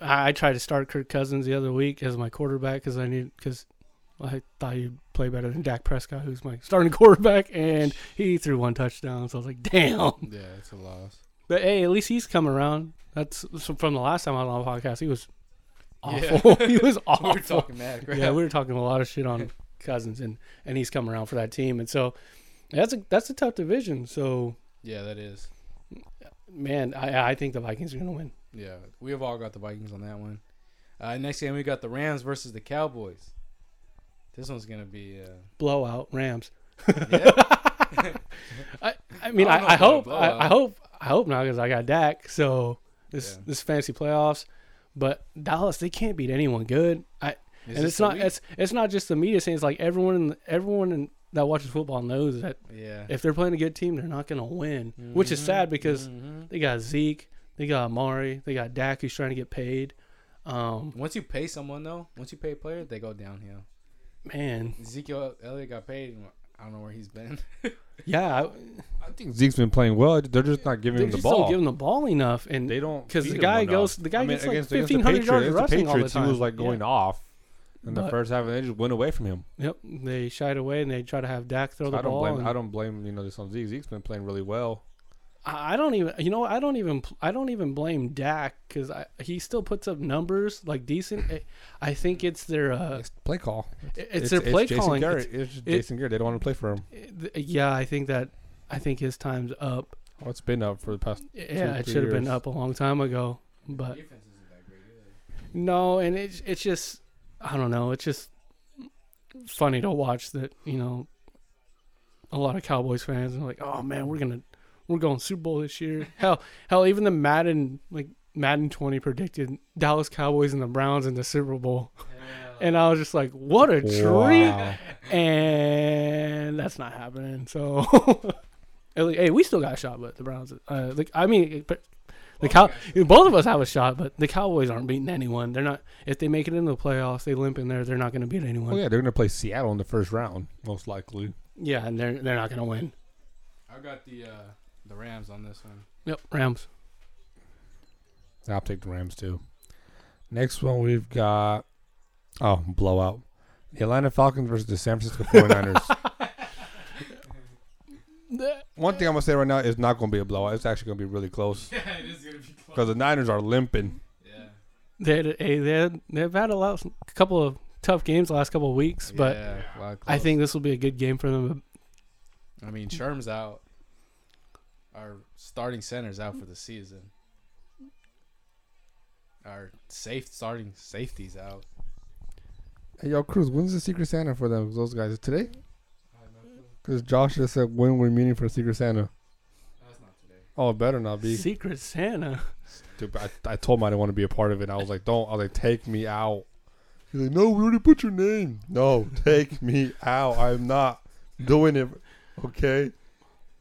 Speaker 2: I, I tried to start Kirk Cousins the other week as my quarterback because I need because I thought he'd play better than Dak Prescott, who's my starting quarterback, and he threw one touchdown. So I was like, damn.
Speaker 4: Yeah, it's a loss.
Speaker 2: But hey, at least he's come around. That's so from the last time I was on the podcast. He was awful. he was awful.
Speaker 4: We're talking mad crap.
Speaker 2: Oh, Yeah, we were talking a lot of shit on Cousins, and and he's come around for that team, and so that's a that's a tough division. So
Speaker 4: yeah, that is.
Speaker 2: man, I I think the Vikings are gonna win.
Speaker 4: Yeah, we have all got the Vikings on that one. Uh, next game we got the Rams versus the Cowboys. This one's gonna be. Uh,
Speaker 2: blowout Rams.
Speaker 4: yeah.
Speaker 2: I, I mean,
Speaker 4: I
Speaker 2: I,
Speaker 4: don't
Speaker 2: I,
Speaker 4: know about
Speaker 2: hope,
Speaker 4: a
Speaker 2: I, I
Speaker 4: blowout.
Speaker 2: hope, I hope not because I got Dak. So this
Speaker 4: Yeah.
Speaker 2: this fantasy playoffs, but Dallas they can't beat anyone good. I and
Speaker 4: this
Speaker 2: it's
Speaker 4: the
Speaker 2: not
Speaker 4: week?
Speaker 2: it's it's not just the media saying it's like everyone in, everyone in, that watches football knows that
Speaker 4: yeah.
Speaker 2: if they're playing a good team they're not gonna win, which is
Speaker 4: Mhm,
Speaker 2: sad because
Speaker 4: mhm.
Speaker 2: they got Zeke, they got Amari, they got Dak who's trying to get paid. Um,
Speaker 4: once you pay someone though, once you pay a player, they go downhill.
Speaker 2: man,
Speaker 4: Ezekiel Elliott got paid, and I don't know where he's been.
Speaker 2: yeah, I-
Speaker 1: I think Zeke's been playing well. They're just not giving
Speaker 2: they
Speaker 1: him the
Speaker 2: just
Speaker 1: ball.
Speaker 2: don't give him the ball enough, and
Speaker 1: they don't
Speaker 2: because
Speaker 1: feed
Speaker 2: the
Speaker 1: him
Speaker 2: guy
Speaker 1: enough.
Speaker 2: goes, the guy
Speaker 1: I mean,
Speaker 2: gets like
Speaker 1: against- against the
Speaker 2: fifteen hundred yards
Speaker 1: Patriots- against
Speaker 2: rushing all the
Speaker 1: Patriots,
Speaker 2: time.
Speaker 1: He was like
Speaker 2: Yeah.
Speaker 1: going off in the
Speaker 2: But-
Speaker 1: first half, and they just went away from him.
Speaker 2: Yep, they shied away and they try to have Dak throw the
Speaker 1: I don't
Speaker 2: ball.
Speaker 1: blame.
Speaker 2: and-
Speaker 1: I don't blame you know this on Zeke. Zeke's been playing really well.
Speaker 2: I I don't even. You know, I don't even. I don't even blame Dak because he still puts up numbers like decent. I- I think it's their. Uh,
Speaker 1: It's play call.
Speaker 2: it's, their play
Speaker 1: Jason
Speaker 2: calling.
Speaker 1: Garrett. It's, just
Speaker 2: it-
Speaker 1: Jason Garrett. They don't want to play for him.
Speaker 2: It's- yeah, I think that. I think his time's up.
Speaker 1: Oh, it's been up for the past.
Speaker 2: Yeah,
Speaker 1: Two,
Speaker 2: it
Speaker 1: three
Speaker 2: should have been
Speaker 1: years.
Speaker 2: up a long time ago. But
Speaker 3: Defense isn't that great either.
Speaker 2: No, and it's it's just I don't know. It's just funny to watch that you know a lot of Cowboys fans are like, oh man, we're gonna we're going Super Bowl this year. hell, hell, even the Madden like Madden 20 predicted Dallas Cowboys and the Browns in the Super Bowl, and I was just like, what a treat!
Speaker 1: Wow.
Speaker 2: And that's not happening. So. at least- Hey, we still got a shot, but the Browns. Uh, like I mean, but the
Speaker 3: Both
Speaker 2: cow.
Speaker 3: guys.
Speaker 2: Both of us have a shot, but the Cowboys aren't beating anyone. They're not. If they make it into the playoffs, they limp in there. They're not going to beat anyone.
Speaker 1: Well, Oh, yeah, they're gonna play Seattle in the first round, most likely.
Speaker 2: Yeah, and they're they're not going to win.
Speaker 4: I got the uh, the Rams on this one.
Speaker 2: Yep, Rams.
Speaker 1: I'll take the Rams too. Next one we've got oh blowout. The Atlanta Falcons versus the San Francisco 49ers. one thing I'm gonna say right now is not gonna be a blowout. It's actually gonna be really close
Speaker 3: Yeah, it is gonna be close.
Speaker 1: because the Niners are limping.
Speaker 3: Yeah.
Speaker 2: They had, hey, they had, they've had a lot, a couple of tough games the last couple of weeks, but
Speaker 4: Yeah, a lot
Speaker 2: I
Speaker 4: close.
Speaker 2: think this will be a good game for them.
Speaker 4: I mean, Sherm's out. Our starting center's out for the season. Our safe starting safeties out.
Speaker 1: Hey, yo, Cruz, when's the Secret Santa for them? Those guys today?
Speaker 3: I have no clue.
Speaker 1: Because Josh just said when we're meeting for Secret Santa.
Speaker 3: That's not today.
Speaker 1: Oh, it better not be.
Speaker 2: Secret Santa.
Speaker 1: Dude, I, I told him I didn't want to be a part of it. I was like, don't. I was like, take me out. He's like, no, we already put your name. No, take me out. I'm not doing it. Okay.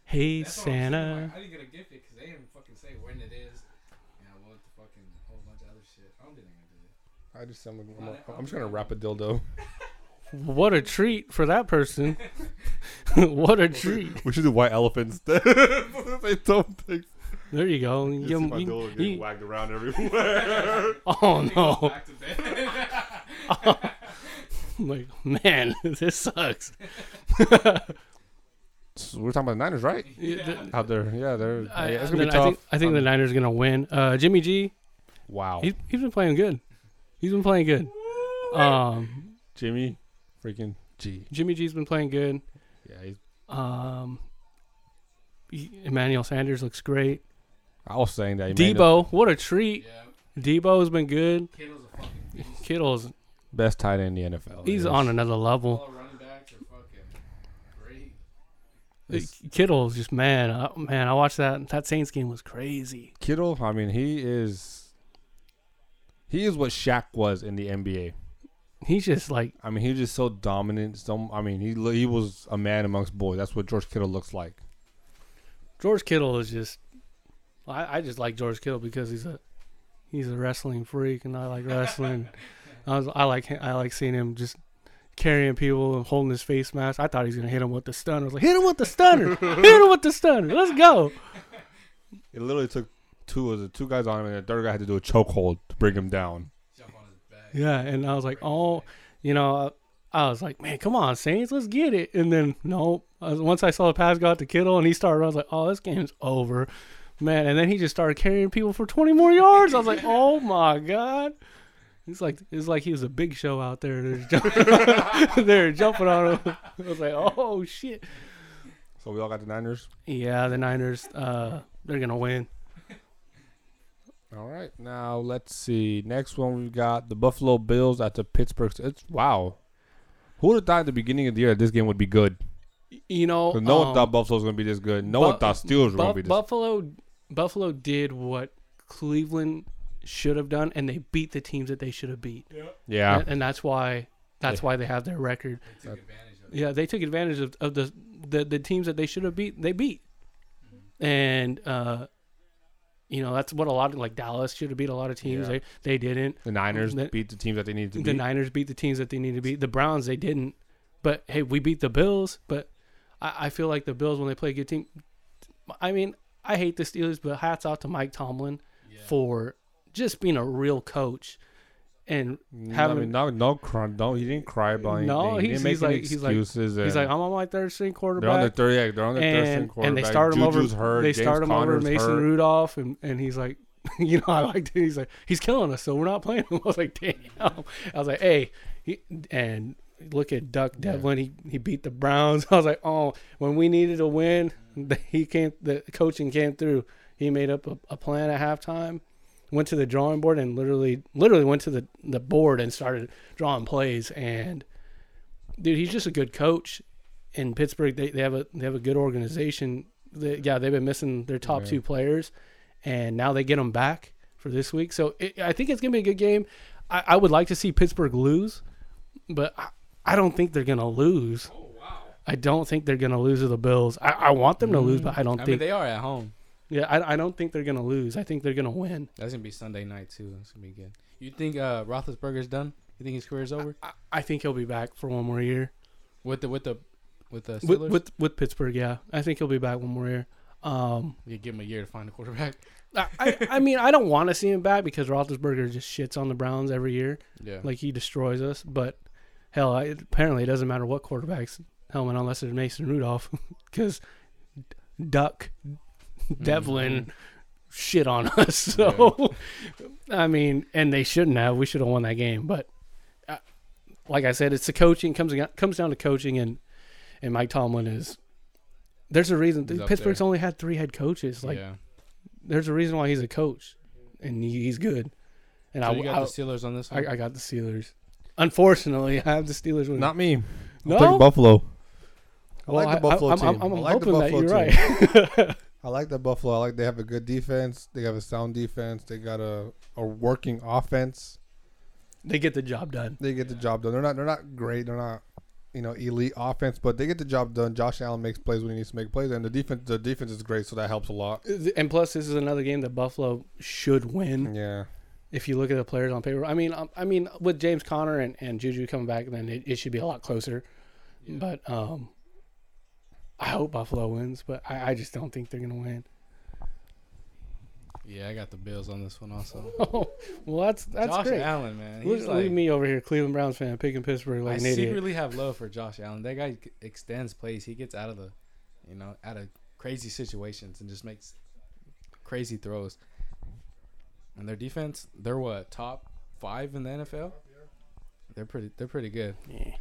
Speaker 2: Hey
Speaker 3: That's what I'm saying,
Speaker 2: Santa.
Speaker 3: like, How do you get a gift it? Because they didn't fucking say when it is. Yeah, well, the fucking whole bunch of other shit. I don't think they're gonna do it.
Speaker 1: I just, I'm, I'm, I'm just going to wrap a dildo.
Speaker 2: What a treat for that person. what a treat.
Speaker 1: We should do white elephants. they don't think.
Speaker 2: There you go. You-
Speaker 1: Just see my
Speaker 2: you-
Speaker 1: dildo
Speaker 2: you-
Speaker 1: getting wagged around everywhere.
Speaker 2: oh
Speaker 3: It goes
Speaker 2: no.
Speaker 3: Back to bed.
Speaker 2: I'm like, man, this sucks.
Speaker 1: So we're talking about the Niners, right?
Speaker 2: Yeah,
Speaker 1: Out there. Yeah, they're.
Speaker 2: I,
Speaker 1: yeah, it's going to
Speaker 2: then
Speaker 1: be
Speaker 2: I
Speaker 1: tough.
Speaker 2: think, I think the
Speaker 1: Um,
Speaker 2: Niners are gonna win. Uh, Jimmy G,
Speaker 1: Wow.
Speaker 2: he's, he's been playing good. He's been playing good. Um,
Speaker 1: Jimmy freaking G.
Speaker 2: Jimmy G's been playing good.
Speaker 1: Yeah, he's,
Speaker 2: Um, he- Emmanuel Sanders looks great.
Speaker 1: I was saying that. Emmanuel-
Speaker 2: Debo, what a treat.
Speaker 3: yeah,
Speaker 2: Debo has been good.
Speaker 3: Kittle's a fucking beast.
Speaker 2: Kittle's
Speaker 1: Oh, Best tight end in the NFL.
Speaker 2: he's
Speaker 1: Yes.
Speaker 2: on another level.
Speaker 3: All running backs are fucking great.
Speaker 1: It's-
Speaker 2: Kittle's just man, uh, man. I watched that that Saints game was crazy.
Speaker 1: Kittle, I mean, he is he is what Shaq was in the NBA.
Speaker 2: He's just like
Speaker 1: I mean, he was just so dominant. So I mean, he li- he was a man amongst boys. That's what George Kittle looks like.
Speaker 2: George Kittle is just. I, I just like George Kittle because he's a he's a wrestling freak, and I like wrestling. I was I like him- I like seeing him just carrying people and holding his face mask. I thought he was gonna hit him with the stunner. I was like, hit him with the stunner, hit him with the stunner. Let's go.
Speaker 1: It literally took two was it two guys on him, and the third guy had to do a chokehold to bring him down.
Speaker 3: Jump on his back.
Speaker 2: Yeah, and I was like, oh, you know, I, I was like, man, come on, Saints, let's get it. And then no, I was- once I saw the pass go out to Kittle and he started, running, I was like, oh, this game's over, man. And then he just started carrying people for 20 more yards. I was like, oh my god. It's like it's like he was a big show out there. They're jumping, they're jumping on him. I was like, oh shit.
Speaker 1: So we all got the Niners.
Speaker 2: Yeah, the Niners, uh, they're gonna win.
Speaker 1: All right, now let's see. Next one we've got the Buffalo Bills at the Pittsburgh. It's wow. Who would have thought at the beginning of the year that this game would be good?
Speaker 2: You know,
Speaker 1: 'Cause no
Speaker 2: um,
Speaker 1: one thought Buffalo was going to be this good. No
Speaker 2: Bu-
Speaker 1: one thought Steelers were going to
Speaker 2: Bu-
Speaker 1: be this.
Speaker 2: Buffalo Buffalo did what Cleveland should have done, and they beat the teams that they should have beat,
Speaker 1: yeah,
Speaker 2: and, and that's why that's
Speaker 1: Yeah.
Speaker 2: why they have their record.
Speaker 3: They took advantage of it.
Speaker 2: Yeah, they took advantage of, of the, the the teams that they should have beat. They beat,
Speaker 3: Mm-hmm.
Speaker 2: and uh, you know that's what a lot of like Dallas should have beat a lot of teams.
Speaker 1: Yeah.
Speaker 2: They they didn't.
Speaker 1: the Niners
Speaker 2: The-
Speaker 1: beat the teams that they needed to
Speaker 2: The
Speaker 1: beat.
Speaker 2: Niners beat the teams that they need to beat. The Browns they didn't, but hey, we beat the Bills. But I, I feel like the Bills when they play a good team. I mean, I hate the Steelers, but hats off to Mike Tomlin
Speaker 3: Yeah.
Speaker 2: for just being a real coach. And
Speaker 1: No,
Speaker 2: having-
Speaker 1: I mean, no, no, cry, no, he didn't cry about anything.
Speaker 2: No,
Speaker 1: he
Speaker 2: he's-
Speaker 1: didn't make
Speaker 2: he's
Speaker 1: any
Speaker 2: like- he's like-
Speaker 1: excuses.
Speaker 2: he's like,
Speaker 1: and
Speaker 2: I'm on my third string
Speaker 1: they're on their
Speaker 2: quarterback,
Speaker 1: third, yeah, they're on their third string
Speaker 2: and, and
Speaker 1: quarterback.
Speaker 2: they start him
Speaker 1: Juju's
Speaker 2: over.
Speaker 1: hurt.
Speaker 2: They
Speaker 1: James
Speaker 2: start him over
Speaker 1: Conner's
Speaker 2: Mason
Speaker 1: hurt.
Speaker 2: Rudolph, and, and he's like, you know, I liked it. He's like, he's killing us, so we're not playing him. I was like, damn. I was like, hey, he, and look at Duck
Speaker 1: Yeah.
Speaker 2: Devlin. He he beat the Browns. I was like, oh, when we needed a win, the, he came. The coaching came through. He made up a, a plan at halftime. Went to the drawing board and literally, literally went to the, the board and started drawing plays. And dude, he's just a good coach. In Pittsburgh, they, they have a they have a good organization. They, yeah, they've been missing their top
Speaker 1: Yeah.
Speaker 2: two players, and now they get them back for this week. So it, I think it's gonna be a good game. I, I would like to see Pittsburgh lose, but I, I don't think they're gonna lose.
Speaker 3: Oh wow.
Speaker 2: I don't think they're gonna lose to the Bills. I, I want them to lose, but I don't
Speaker 4: Mm. I mean,
Speaker 2: think.
Speaker 4: they are at home.
Speaker 2: yeah, I, I don't think they're gonna lose. I think they're gonna win.
Speaker 4: That's gonna be Sunday night too. That's gonna be good. You think uh, Roethlisberger's done? You think his career's over
Speaker 2: I, I think he'll be back for one more year
Speaker 4: with the with the with the
Speaker 2: with,
Speaker 4: Steelers?
Speaker 2: with with Pittsburgh. Yeah, I think he'll be back one more year. Um,
Speaker 4: you give him a year to find a quarterback.
Speaker 2: I, I, I mean, I don't want to see him back because Roethlisberger just shits on the Browns every year.
Speaker 4: Yeah,
Speaker 2: Like he destroys us. But hell, I, apparently it doesn't matter what quarterback's helmet unless it's Mason Rudolph because Duck
Speaker 4: Mm-hmm.
Speaker 2: Devlin shit on us. So I mean, and they shouldn't have. We should have won that game. But uh, like I said, it's the coaching comes ag- comes down to coaching and and Mike Tomlin is. There's a reason
Speaker 4: He's up
Speaker 2: Pittsburgh's
Speaker 4: there.
Speaker 2: only had three head coaches. Like
Speaker 4: yeah.
Speaker 2: there's a reason why he's a coach, and he, he's good. and
Speaker 4: So
Speaker 2: I,
Speaker 4: you got
Speaker 2: I,
Speaker 4: the Steelers on this one.
Speaker 2: I, I got the Steelers. Unfortunately, I have the Steelers. Winning.
Speaker 1: Not me.
Speaker 2: No?
Speaker 1: I'll take Buffalo. I
Speaker 2: Well,
Speaker 1: like the Buffalo
Speaker 2: I'm,
Speaker 1: team.
Speaker 2: I'm, I'm,
Speaker 1: I like the
Speaker 2: hoping that
Speaker 1: Buffalo
Speaker 2: you're
Speaker 1: team.
Speaker 2: right.
Speaker 1: I like the Buffalo. I like they have a good defense. They have a sound defense. They got a, a working offense.
Speaker 2: they get the job done.
Speaker 1: They get the job done. They're not they're not great. They're not you know elite offense, but they get the job done. Josh Allen makes plays when he needs to make plays, and the defense the defense is great, so that helps a lot.
Speaker 2: And plus, this is another game that Buffalo should win.
Speaker 1: Yeah,
Speaker 2: If you look at the players on paper, I mean, um, I mean, with James Conner and, and Juju coming back, then it, it should be a lot closer. But um, I hope Buffalo wins, but I, I just don't think they're gonna win.
Speaker 4: yeah, I got the Bills on this one also.
Speaker 2: Oh, well, that's that's
Speaker 4: Josh
Speaker 2: great.
Speaker 4: Allen, man,
Speaker 2: Look,
Speaker 4: he's
Speaker 2: look
Speaker 4: like
Speaker 2: at me over here, Cleveland Browns fan, picking Pittsburgh like
Speaker 4: I
Speaker 2: an idiot.
Speaker 4: secretly have love for Josh Allen. That guy c- extends plays. He gets out of the, you know, out of crazy situations and just makes crazy throws. And their defense, they're what top five in the NFL. They're pretty. They're pretty good.
Speaker 2: Yeah.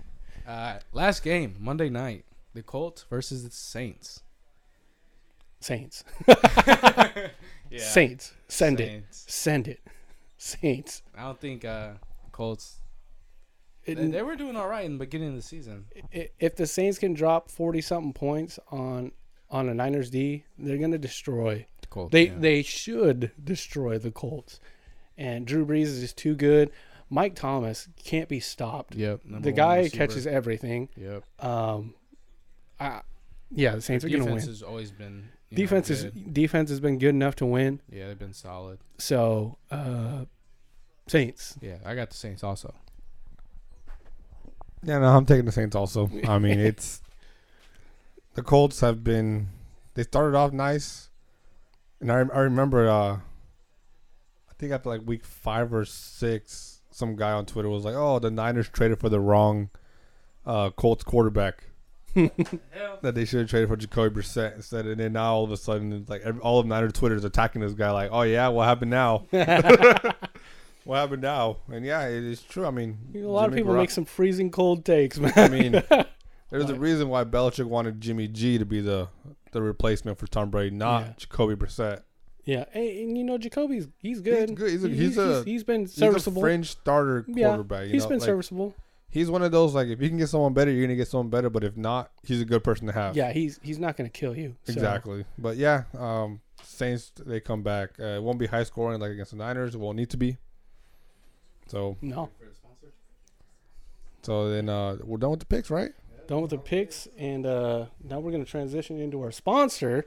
Speaker 4: Uh, last game Monday night, the Colts versus the Saints.
Speaker 2: Saints,
Speaker 4: Yeah.
Speaker 2: Saints, send it,
Speaker 4: Saints.
Speaker 2: send it, Saints.
Speaker 4: I don't think uh, Colts. They,
Speaker 2: It-
Speaker 4: they were doing all right in the beginning of the season.
Speaker 2: i- if the Saints can drop forty something points on on a Niners D, they're gonna destroy.
Speaker 4: The Colts.
Speaker 2: They
Speaker 4: yeah.
Speaker 2: they should destroy the Colts. And Drew Brees is just too good. Mike Thomas can't be stopped.
Speaker 4: Yep. number
Speaker 2: the
Speaker 4: one
Speaker 2: guy
Speaker 4: receiver.
Speaker 2: catches everything.
Speaker 4: Yep.
Speaker 2: Um, I, yeah, the Saints are gonna
Speaker 4: defense
Speaker 2: win.
Speaker 4: has always been you know,
Speaker 2: Defense is
Speaker 4: good.
Speaker 2: defense has been good enough to win.
Speaker 4: yeah they've been solid
Speaker 2: So uh, Saints.
Speaker 4: yeah i got the saints also
Speaker 1: yeah. No, I'm taking the Saints also. I mean, it's the Colts have been. They started off nice, and I rem- I remember. Uh, I think after like week five or six, some guy on Twitter was like, "Oh, the Niners traded for the wrong uh, Colts quarterback." that they should have traded for Jacoby Brissett instead, and then now all of a sudden, it's like every, all of Niner Twitter is attacking this guy, like, "Oh yeah, what happened now? what happened now?" And yeah, it is true. I mean,
Speaker 2: A lot of
Speaker 1: Jimmy
Speaker 2: people
Speaker 1: Garopp-
Speaker 2: make some freezing cold takes, man.
Speaker 1: I mean, there's a reason why Belichick wanted Jimmy G to be the the replacement for Tom Brady, not
Speaker 2: Yeah.
Speaker 1: Jacoby Brissett.
Speaker 2: Yeah, and, and you know Jacoby's he's good.
Speaker 1: good. He's a-
Speaker 2: He-
Speaker 1: he's a-
Speaker 2: he's been
Speaker 1: He's a
Speaker 2: serviceable.
Speaker 1: fringe starter
Speaker 2: Yeah,
Speaker 1: quarterback. you
Speaker 2: he's
Speaker 1: know?
Speaker 2: been
Speaker 1: Like,
Speaker 2: serviceable.
Speaker 1: He's one of those like if you can get someone better, you're gonna get someone better. But if not, he's a good person to have.
Speaker 2: Yeah, he's he's not going to kill you. so-
Speaker 1: Exactly. But yeah, um, Saints they come back. Uh, it won't be high scoring like against the Niners. It won't need to be. So
Speaker 2: No,
Speaker 1: so then uh, we're done with the picks, right?
Speaker 2: done with the picks, and uh, now we're going to transition into our sponsor,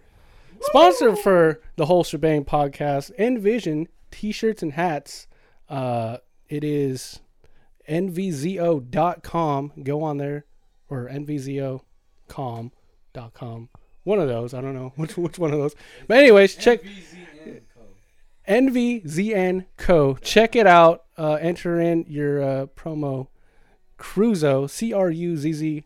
Speaker 2: sponsor for the whole shebang podcast, Envision T-shirts and hats. Uh, it is nvzo.com. Go on there or nvzo.com.com. One of those. I don't know which which one of those. But anyways, check
Speaker 3: VZN code.
Speaker 2: NVZN Co. Check it out. Uh, enter in your uh, promo Cruzo, C R U Z Z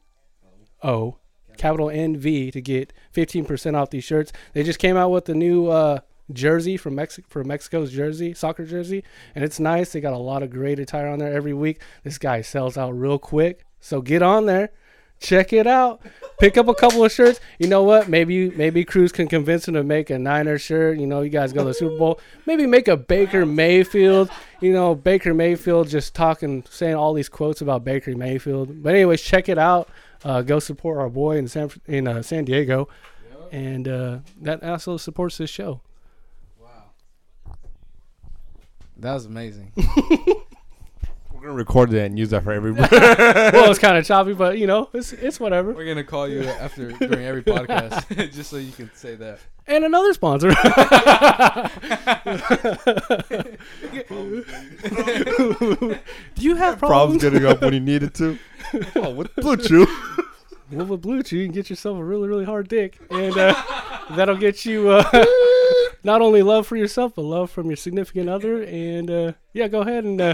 Speaker 2: O, capital N V, to get 15% off these shirts. They just came out with the new uh, jersey from Mex- for Mexico's jersey, soccer jersey, and it's nice. They got a lot of great attire on there every week. This guy sells out real quick. So get on there. Check it out. Pick up a couple of shirts. You know what? Maybe maybe Cruz can convince him to make a Niner shirt. You know, you guys go to the Super Bowl. Maybe make a Baker Mayfield. You know, Baker Mayfield just talking, saying all these quotes about Baker Mayfield. But anyways, check it out. Uh, go support our boy in San in uh, San Diego, and uh, that also supports this show.
Speaker 3: Wow.
Speaker 4: that was amazing
Speaker 1: We're gonna record that and use that for every.
Speaker 2: well, it's kind of choppy, but you know, it's it's whatever.
Speaker 4: we're gonna call you after during every podcast just so you can say that
Speaker 2: And another sponsor. Do you have
Speaker 1: Problems
Speaker 2: problems?
Speaker 1: getting up when he needed to. Oh, with Blue Chew.
Speaker 2: Well, with Blue Chew, you can get yourself a really, really hard dick, and uh, that'll get you uh, not only love for yourself, but love from your significant other. And uh, yeah, go ahead and uh,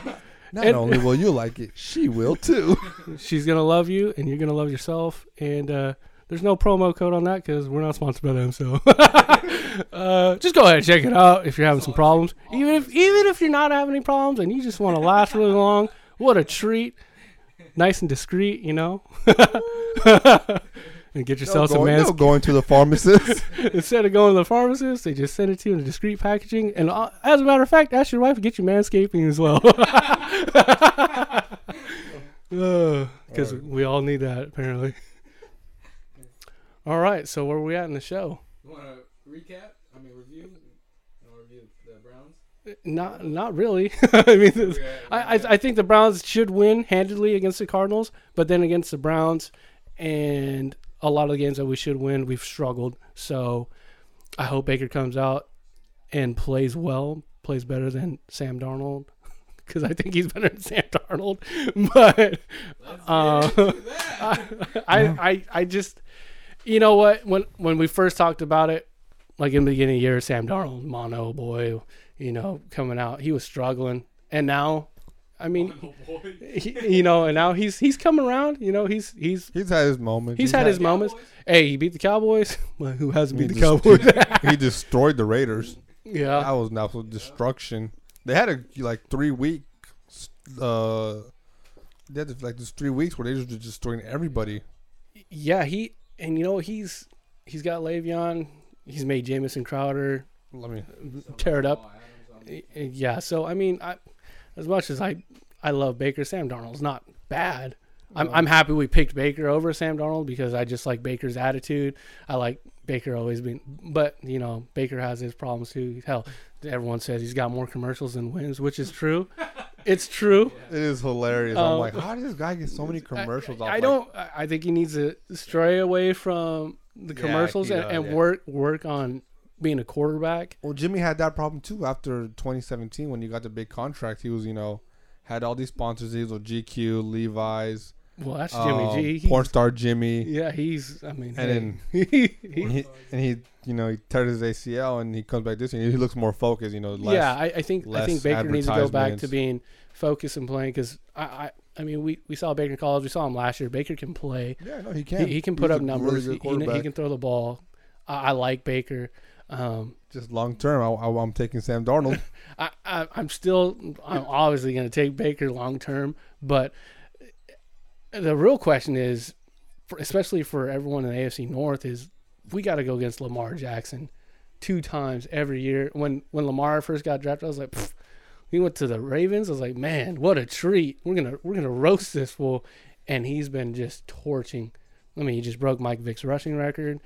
Speaker 1: Not
Speaker 2: And-
Speaker 1: only will you like it, she will too.
Speaker 2: she's gonna love you, and you're gonna love yourself. And uh, there's no promo code on that because we're not sponsored by them. So uh, just go ahead and check it out if you're having some problems. Even if even if you're not having any problems and you just want to last really long, what a treat! Nice and discreet, you know. and get
Speaker 1: No
Speaker 2: yourself some
Speaker 1: going,
Speaker 2: man's
Speaker 1: no going to the pharmacist.
Speaker 2: Instead of going to the pharmacist, they just send it to you in discreet packaging. And uh, as a matter of fact, ask your wife to get you manscaping as well.
Speaker 1: Alright.
Speaker 2: Because Uh, we all need that, apparently. All right, so where are we at in the show?
Speaker 3: You want to recap? I mean, review? You want to review the Browns?
Speaker 2: Not, not really. I mean, this-
Speaker 3: We're at-
Speaker 2: I, I, I think the Browns should win handedly against the Cardinals, but then against the Browns and a lot of the games that we should win, we've struggled. So I hope Baker comes out and plays well, plays better than Sam Darnold, because I think he's better than Sam Darnold. But
Speaker 3: Let's
Speaker 2: uh,
Speaker 3: get into that.
Speaker 2: I, I, I, I just, you know what? When when we first talked about it, like in the beginning of the year, Sam Darnold, mono boy, you know, coming out, he was struggling, and now, I mean,
Speaker 3: Oh, boy.
Speaker 2: he, you know, and now he's he's coming around. You know, he's he's
Speaker 1: He's had his moment.
Speaker 2: he's had his moments.
Speaker 3: Cowboys?
Speaker 2: Hey, he beat the Cowboys. Well, who hasn't
Speaker 1: He,
Speaker 2: beat the
Speaker 1: just-
Speaker 2: Cowboys?
Speaker 1: he destroyed the Raiders. That
Speaker 2: yeah,
Speaker 1: was an absolute destruction. They had a like three week. Uh, they had like this three weeks where they just were destroying everybody.
Speaker 2: yeah. He and you know he's he's got Le'Veon. He's made Jamison Crowder
Speaker 1: Let me.
Speaker 2: tear it up.
Speaker 3: Jamal Adams on
Speaker 2: Uh,
Speaker 3: the-
Speaker 2: Yeah, so I mean, I, as much as I, I love Baker, Sam Darnold's not bad. I'm, I'm happy we picked Baker over Sam Darnold because I just like Baker's attitude. I like Baker always being, but you know, Baker has his problems too. Hell, everyone says he's got more commercials than wins, which is true. it's true.
Speaker 1: It is hilarious. I'm
Speaker 2: Um,
Speaker 1: like, how did this guy get so many commercials?
Speaker 2: I,
Speaker 1: off,
Speaker 2: I
Speaker 1: like,
Speaker 2: don't. I I think he needs to stray away from the
Speaker 1: Yeah,
Speaker 2: commercials
Speaker 1: he
Speaker 2: and,
Speaker 1: does,
Speaker 2: and
Speaker 1: yeah.
Speaker 2: work work on being a quarterback.
Speaker 1: Well, Jimmy had that problem too after 2017 when you got the big contract. He was, you know, had all these sponsors. He was with GQ, Levi's,
Speaker 2: Well, that's Jimmy
Speaker 1: um,
Speaker 2: G. He-
Speaker 1: porn star Jimmy,
Speaker 2: yeah, he's. I mean,
Speaker 1: and
Speaker 2: hey, he-
Speaker 1: then he, and he, you know, he tears his ACL and he comes back this year. He looks more focused, you know. Less,
Speaker 2: yeah, I, I think I think
Speaker 1: less
Speaker 2: Baker needs to go back to
Speaker 1: advertisements.
Speaker 2: being focused and playing because I, I I mean we, we saw Baker in college, we saw him last year. Baker can play.
Speaker 1: yeah, no, he can.
Speaker 2: He, he can
Speaker 1: He's
Speaker 2: put
Speaker 1: a
Speaker 2: up numbers.
Speaker 1: Really good
Speaker 2: He- he, kn- he,
Speaker 1: quarterback.
Speaker 2: can throw the ball. I, I like Baker. Um,
Speaker 1: Just long term, I, I, I'm taking Sam Darnold.
Speaker 2: I, I I'm still I'm obviously going to take Baker long term, but the real question is, for, especially for everyone in the AFC North, is we got to go against Lamar Jackson two times every year. When when Lamar first got drafted, I was like, "Pfft." he went to the Ravens. I was like, man, what a treat. We're gonna we're gonna roast this fool, and he's been just torching. I mean, he just broke Mike Vick's rushing record.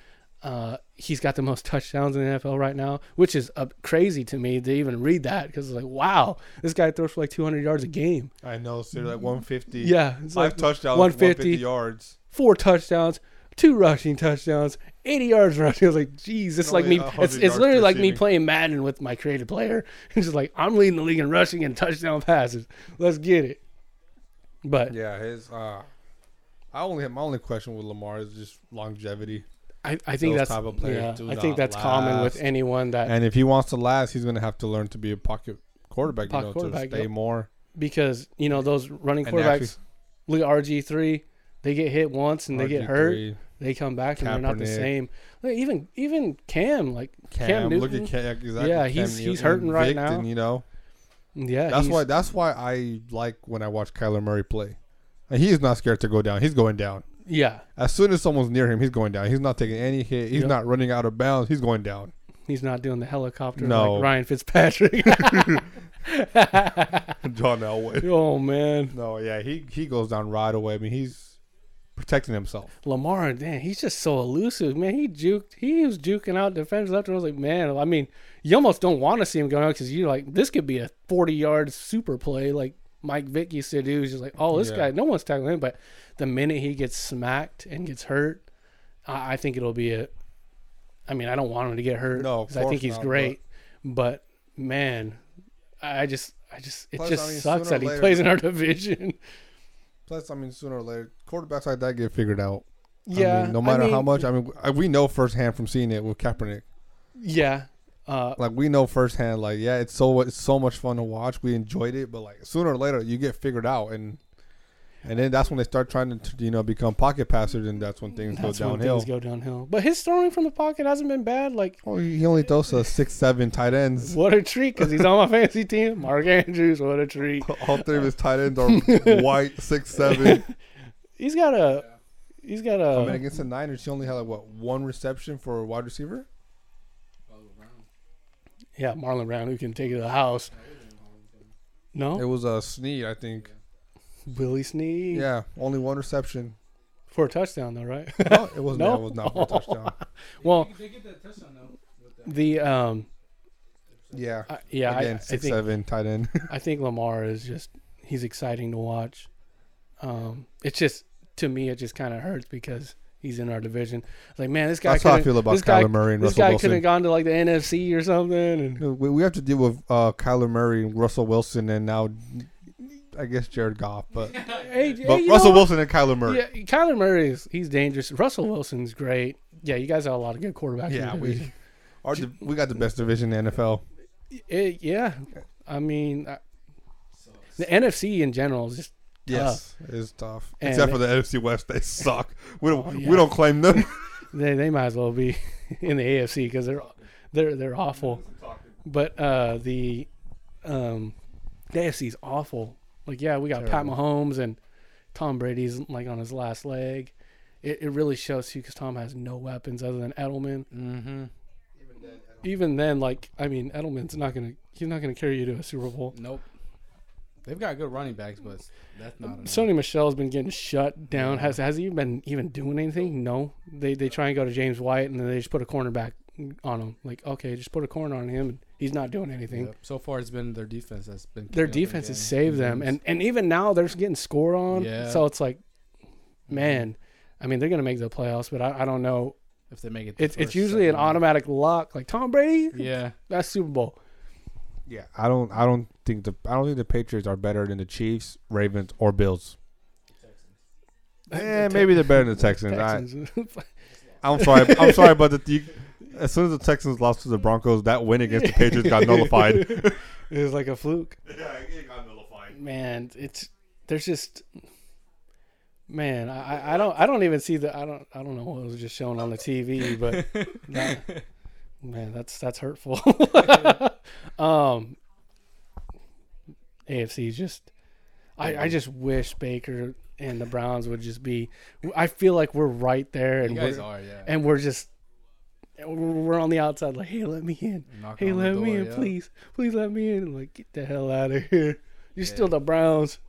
Speaker 2: Uh, he's got the most touchdowns in the NFL right now, which is uh, crazy to me to even read that because it's like, wow, this guy throws for like 200 yards a game.
Speaker 1: I know, so you're like 150.
Speaker 2: Yeah, it's
Speaker 1: five
Speaker 2: like
Speaker 1: touchdowns,
Speaker 2: 150.
Speaker 1: 150 yards.
Speaker 2: four touchdowns, two rushing touchdowns, 80 yards rushing. I was like, geez, it's
Speaker 1: And
Speaker 2: like
Speaker 1: only
Speaker 2: me.
Speaker 1: 100
Speaker 2: It's, it's
Speaker 1: yards
Speaker 2: literally like me
Speaker 1: receiving.
Speaker 2: playing Madden with my creative player. It's just like I'm leading the league in rushing and touchdown passes. Let's get it. But
Speaker 1: Yeah, his. uh I only have my only question with Lamar is just longevity.
Speaker 2: I, I think
Speaker 1: Those
Speaker 2: that's
Speaker 1: type of players
Speaker 2: yeah,
Speaker 1: do
Speaker 2: I think
Speaker 1: not
Speaker 2: that's common with
Speaker 1: last.
Speaker 2: anyone that
Speaker 1: And if he wants to last, he's going to have to learn to be a pocket quarterback,
Speaker 2: Pocket
Speaker 1: you know, to
Speaker 2: quarterback,
Speaker 1: stay
Speaker 2: yep.
Speaker 1: more.
Speaker 2: because you know those running
Speaker 1: And
Speaker 2: quarterbacks. Look at RG three. They get hit once and they get hurt.
Speaker 1: RG3,
Speaker 2: They come back and they're not the
Speaker 1: Kaepernick.
Speaker 2: same. Like, even even Cam like Cam,
Speaker 1: Cam,
Speaker 2: Newton.
Speaker 1: look at Cam. Exactly.
Speaker 2: Yeah,
Speaker 1: Cam
Speaker 2: he's- he's
Speaker 1: Newton,
Speaker 2: hurting right
Speaker 1: Vic,
Speaker 2: now.
Speaker 1: and, you know,
Speaker 2: yeah,
Speaker 1: that's
Speaker 2: he's-
Speaker 1: why that's why I like when I watch Kyler Murray play. And he is not scared to go down. He's going down.
Speaker 2: yeah
Speaker 1: As soon as someone's near him, he's going down. He's not taking any hit. He's
Speaker 2: Yep.
Speaker 1: not running out of bounds. He's going down.
Speaker 2: He's not doing the helicopter
Speaker 1: No.
Speaker 2: like Ryan Fitzpatrick.
Speaker 1: John Elway.
Speaker 2: oh man,
Speaker 1: No, yeah, he he goes down right away. I mean, he's protecting himself.
Speaker 2: Lamar, damn, he's just so elusive, man. He juked, he was juking out defenders left, and I was like, man, I mean, you almost don't want to see him going out because you're like, this could be a 40 yard super play, like Mike Vick used to do. He's just like, oh, this
Speaker 1: Yeah.
Speaker 2: guy, no one's tackling him, but the minute he gets smacked and gets hurt, I, I think it'll be a. I mean, I don't want him to get hurt
Speaker 1: No, of
Speaker 2: I
Speaker 1: course
Speaker 2: think he's
Speaker 1: not, but-
Speaker 2: great, but, man, I I just. I just it
Speaker 1: Plus,
Speaker 2: just
Speaker 1: I mean,
Speaker 2: sucks
Speaker 1: sooner or
Speaker 2: that he
Speaker 1: later-
Speaker 2: plays in our division.
Speaker 1: Plus, I mean, sooner or later, quarterbacks like that get figured out.
Speaker 2: Yeah.
Speaker 1: I mean, no matter how
Speaker 2: mean,
Speaker 1: much, I mean, I- we know firsthand from seeing it with Kaepernick.
Speaker 2: Yeah. Uh,
Speaker 1: Like we know firsthand. Like yeah, it's so it's so much fun to watch. We enjoyed it, but like sooner or later, you get figured out, and and then that's when they start trying to you know become pocket passers, and that's when things
Speaker 2: that's
Speaker 1: go
Speaker 2: when
Speaker 1: downhill.
Speaker 2: things go downhill. But his throwing from the pocket hasn't been bad. Like,
Speaker 1: oh, he only throws to six, seven tight ends.
Speaker 2: what a treat because he's on my fantasy team. Mark Andrews, what a treat.
Speaker 1: All three of his tight ends are white, six, seven.
Speaker 2: He's got a he's got
Speaker 1: I
Speaker 2: a.
Speaker 1: mean, against the Niners, he only had like what one reception for a wide receiver.
Speaker 2: yeah, Marlon Brown who can take it to the house. No,
Speaker 1: It was a uh, Snead, I think.
Speaker 2: Willie Sneed
Speaker 1: Yeah, only one reception.
Speaker 2: for a touchdown though, right?
Speaker 1: No, it wasn't.
Speaker 2: No?
Speaker 1: It was not for a touchdown.
Speaker 2: well,
Speaker 4: They get that touchdown though. with that.
Speaker 2: the um,
Speaker 1: Yeah,
Speaker 2: I, yeah, I,
Speaker 1: again,
Speaker 2: I
Speaker 1: six
Speaker 2: think
Speaker 1: seven tight end.
Speaker 2: I think Lamar is just he's exciting to watch. Um, it's just to me, it just kind of hurts because he's in our division. It's like, man, this guy.
Speaker 1: That's how I
Speaker 2: coulda-
Speaker 1: feel about
Speaker 2: this guy-
Speaker 1: Kyler Murray and
Speaker 2: This
Speaker 1: Russell
Speaker 2: guy
Speaker 1: Wilson.
Speaker 2: could have gone to like the NFC or something, and
Speaker 1: No, We, we have to deal with uh, Kyler Murray, and Russell Wilson, and now I guess Jared Goff. But
Speaker 2: hey,
Speaker 1: but
Speaker 2: hey, you
Speaker 1: Russell
Speaker 2: know,
Speaker 1: Wilson and Kyler Murray.
Speaker 2: Yeah, Kyler Murray is he's dangerous. Russell Wilson's great. Yeah, you guys have a lot of good quarterbacks. in
Speaker 1: Yeah,
Speaker 2: the
Speaker 1: we
Speaker 2: division.
Speaker 1: our, div- we got the best division in the NFL.
Speaker 2: It- yeah. I mean, I-
Speaker 3: So,
Speaker 2: the NFC in general is just
Speaker 1: Yes, it's tough.
Speaker 2: And-
Speaker 1: Except for the NFC West, they suck. We don't
Speaker 2: Oh,
Speaker 1: we
Speaker 2: yeah.
Speaker 1: don't claim them.
Speaker 2: they, they might as well be in the AFC because they're they're they're awful. But uh, the um, the AFC is awful. Like yeah, we got Pat
Speaker 1: Terrible.
Speaker 2: Mahomes and Tom Brady's like on his last leg. It, it really shows too because Tom has no weapons other than Edelman.
Speaker 4: Mm-hmm.
Speaker 2: Even then, like I mean, Edelman's not gonna he's not gonna carry you to a Super Bowl.
Speaker 4: Nope. They've got good running backs, but that's not enough.
Speaker 2: Sony Michelle's been getting shut down. Has has he been even doing anything? No. They they try and go to James White and then they just put a cornerback on him. Like okay, just put a corner on him. And he's not doing anything.
Speaker 4: Yep. So far, it's been their defense that's been.
Speaker 2: Their
Speaker 4: keeping up
Speaker 2: defense has
Speaker 4: again.
Speaker 2: saved them, and and even now they're just getting scored on.
Speaker 4: Yeah.
Speaker 2: So it's like, man, I mean they're gonna make the playoffs, but I, I don't know.
Speaker 4: if they make it, the
Speaker 2: It's it's
Speaker 4: first,
Speaker 2: usually an
Speaker 4: second round.
Speaker 2: automatic lock. Like Tom Brady,
Speaker 4: Yeah,
Speaker 2: that's Super Bowl.
Speaker 1: Yeah, I don't I don't think the I don't think the Patriots are better than the Chiefs, Ravens, or Bills. Eh, maybe they're better than the Texans.
Speaker 2: Texans.
Speaker 1: I, I'm sorry. I'm sorry, but the, you, as soon as the Texans lost to the Broncos, that win against the Patriots got nullified.
Speaker 2: it was like a fluke.
Speaker 1: yeah, it got nullified.
Speaker 2: man, it's there's just man, I, I- I don't I don't even see the I don't I don't know what was just shown on the TV, but that- man, that's that's hurtful. um, AFC is just I I just wish Baker and the Browns would just be. I feel like we're right there,
Speaker 4: you
Speaker 2: and
Speaker 4: guys
Speaker 2: we're
Speaker 4: are. Yeah,
Speaker 2: and we're just we're on the outside like, hey, let me in.
Speaker 4: Knock
Speaker 2: Hey,
Speaker 4: on the
Speaker 2: let me
Speaker 4: door,
Speaker 2: in,
Speaker 4: yeah.
Speaker 2: please. Please let me in. I'm like, get the hell out of here. You're
Speaker 4: Yeah.
Speaker 2: still the Browns.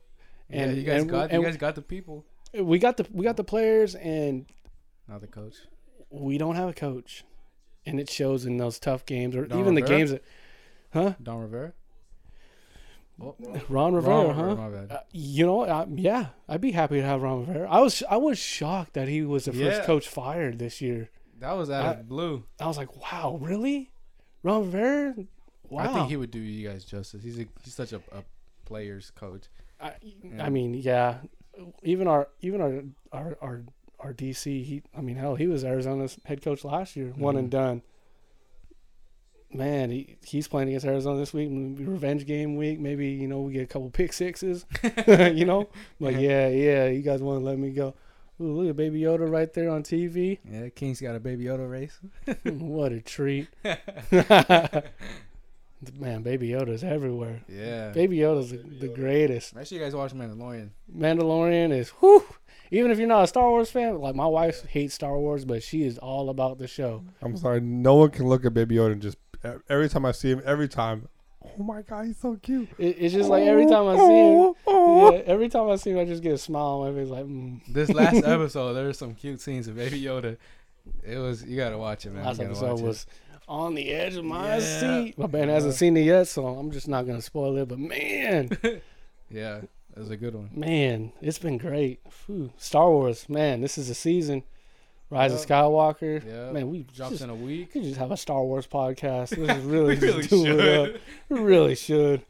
Speaker 4: Yeah,
Speaker 2: And-
Speaker 4: you guys
Speaker 2: and-
Speaker 4: got
Speaker 2: and-
Speaker 4: you guys got the people,
Speaker 2: We got the we got the players and
Speaker 4: not the coach.
Speaker 2: we don't have a coach. And it shows in those tough games or
Speaker 4: Don
Speaker 2: even the
Speaker 4: Rivera?
Speaker 2: games that
Speaker 4: Don Rivera. Oh,
Speaker 2: Ron
Speaker 4: Ron
Speaker 2: Rivera, huh?
Speaker 4: my bad.
Speaker 2: Uh, you know, I, yeah, I'd be happy to have Ron Rivera. I was I was shocked that he was the
Speaker 4: Yeah.
Speaker 2: first coach fired this year.
Speaker 4: That was out
Speaker 2: I-
Speaker 4: of blue.
Speaker 2: I was like, wow, really? Ron Rivera? Wow.
Speaker 4: I think he would do you guys justice. He's a, he's such a, a player's coach.
Speaker 2: I, I mean, yeah. Even our even our our our, our DC. He, I mean, hell, he was Arizona's head coach last year, one and done. Man, he, he's playing against Arizona this week. maybe Revenge game week. Maybe you know we get a couple pick sixes. you know, like yeah, yeah. You guys want to let me go? Ooh, look at Baby Yoda right there on TV.
Speaker 4: Yeah, King's got a baby Yoda race.
Speaker 2: what a treat! Man, Baby Yoda's everywhere.
Speaker 4: Yeah.
Speaker 2: Baby Yoda's the, the greatest.
Speaker 4: Make sure you guys watch Mandalorian.
Speaker 2: Mandalorian is whew. Even if you're not a Star Wars fan, like my wife hates Star Wars, but she is all about the show.
Speaker 1: I'm sorry. No one can look at Baby Yoda and just e-, every time I see him, every time. Oh my God, he's so cute. Oh,
Speaker 2: It, it's just like every time I see him, yeah, every time I see him, I just get a smile on my face. Like, mm.
Speaker 4: This last episode, there were some cute scenes of Baby Yoda. It was you gotta watch it, man.
Speaker 2: last
Speaker 4: You gotta
Speaker 2: episode
Speaker 4: watch it.
Speaker 2: was on the edge of my
Speaker 4: Yeah.
Speaker 2: seat. My band hasn't
Speaker 4: Yeah.
Speaker 2: seen it yet, so I'm just not gonna spoil it. But man,
Speaker 4: Yeah, it was a good one.
Speaker 2: man, it's been great. Phew. Star Wars, man, this is the season. Rise of Skywalker,
Speaker 4: Yeah.
Speaker 2: man, we
Speaker 4: Drops
Speaker 2: just,
Speaker 4: in a week.
Speaker 2: could just have a Star Wars podcast. This is really,
Speaker 4: We really
Speaker 2: just doing it up. We really should.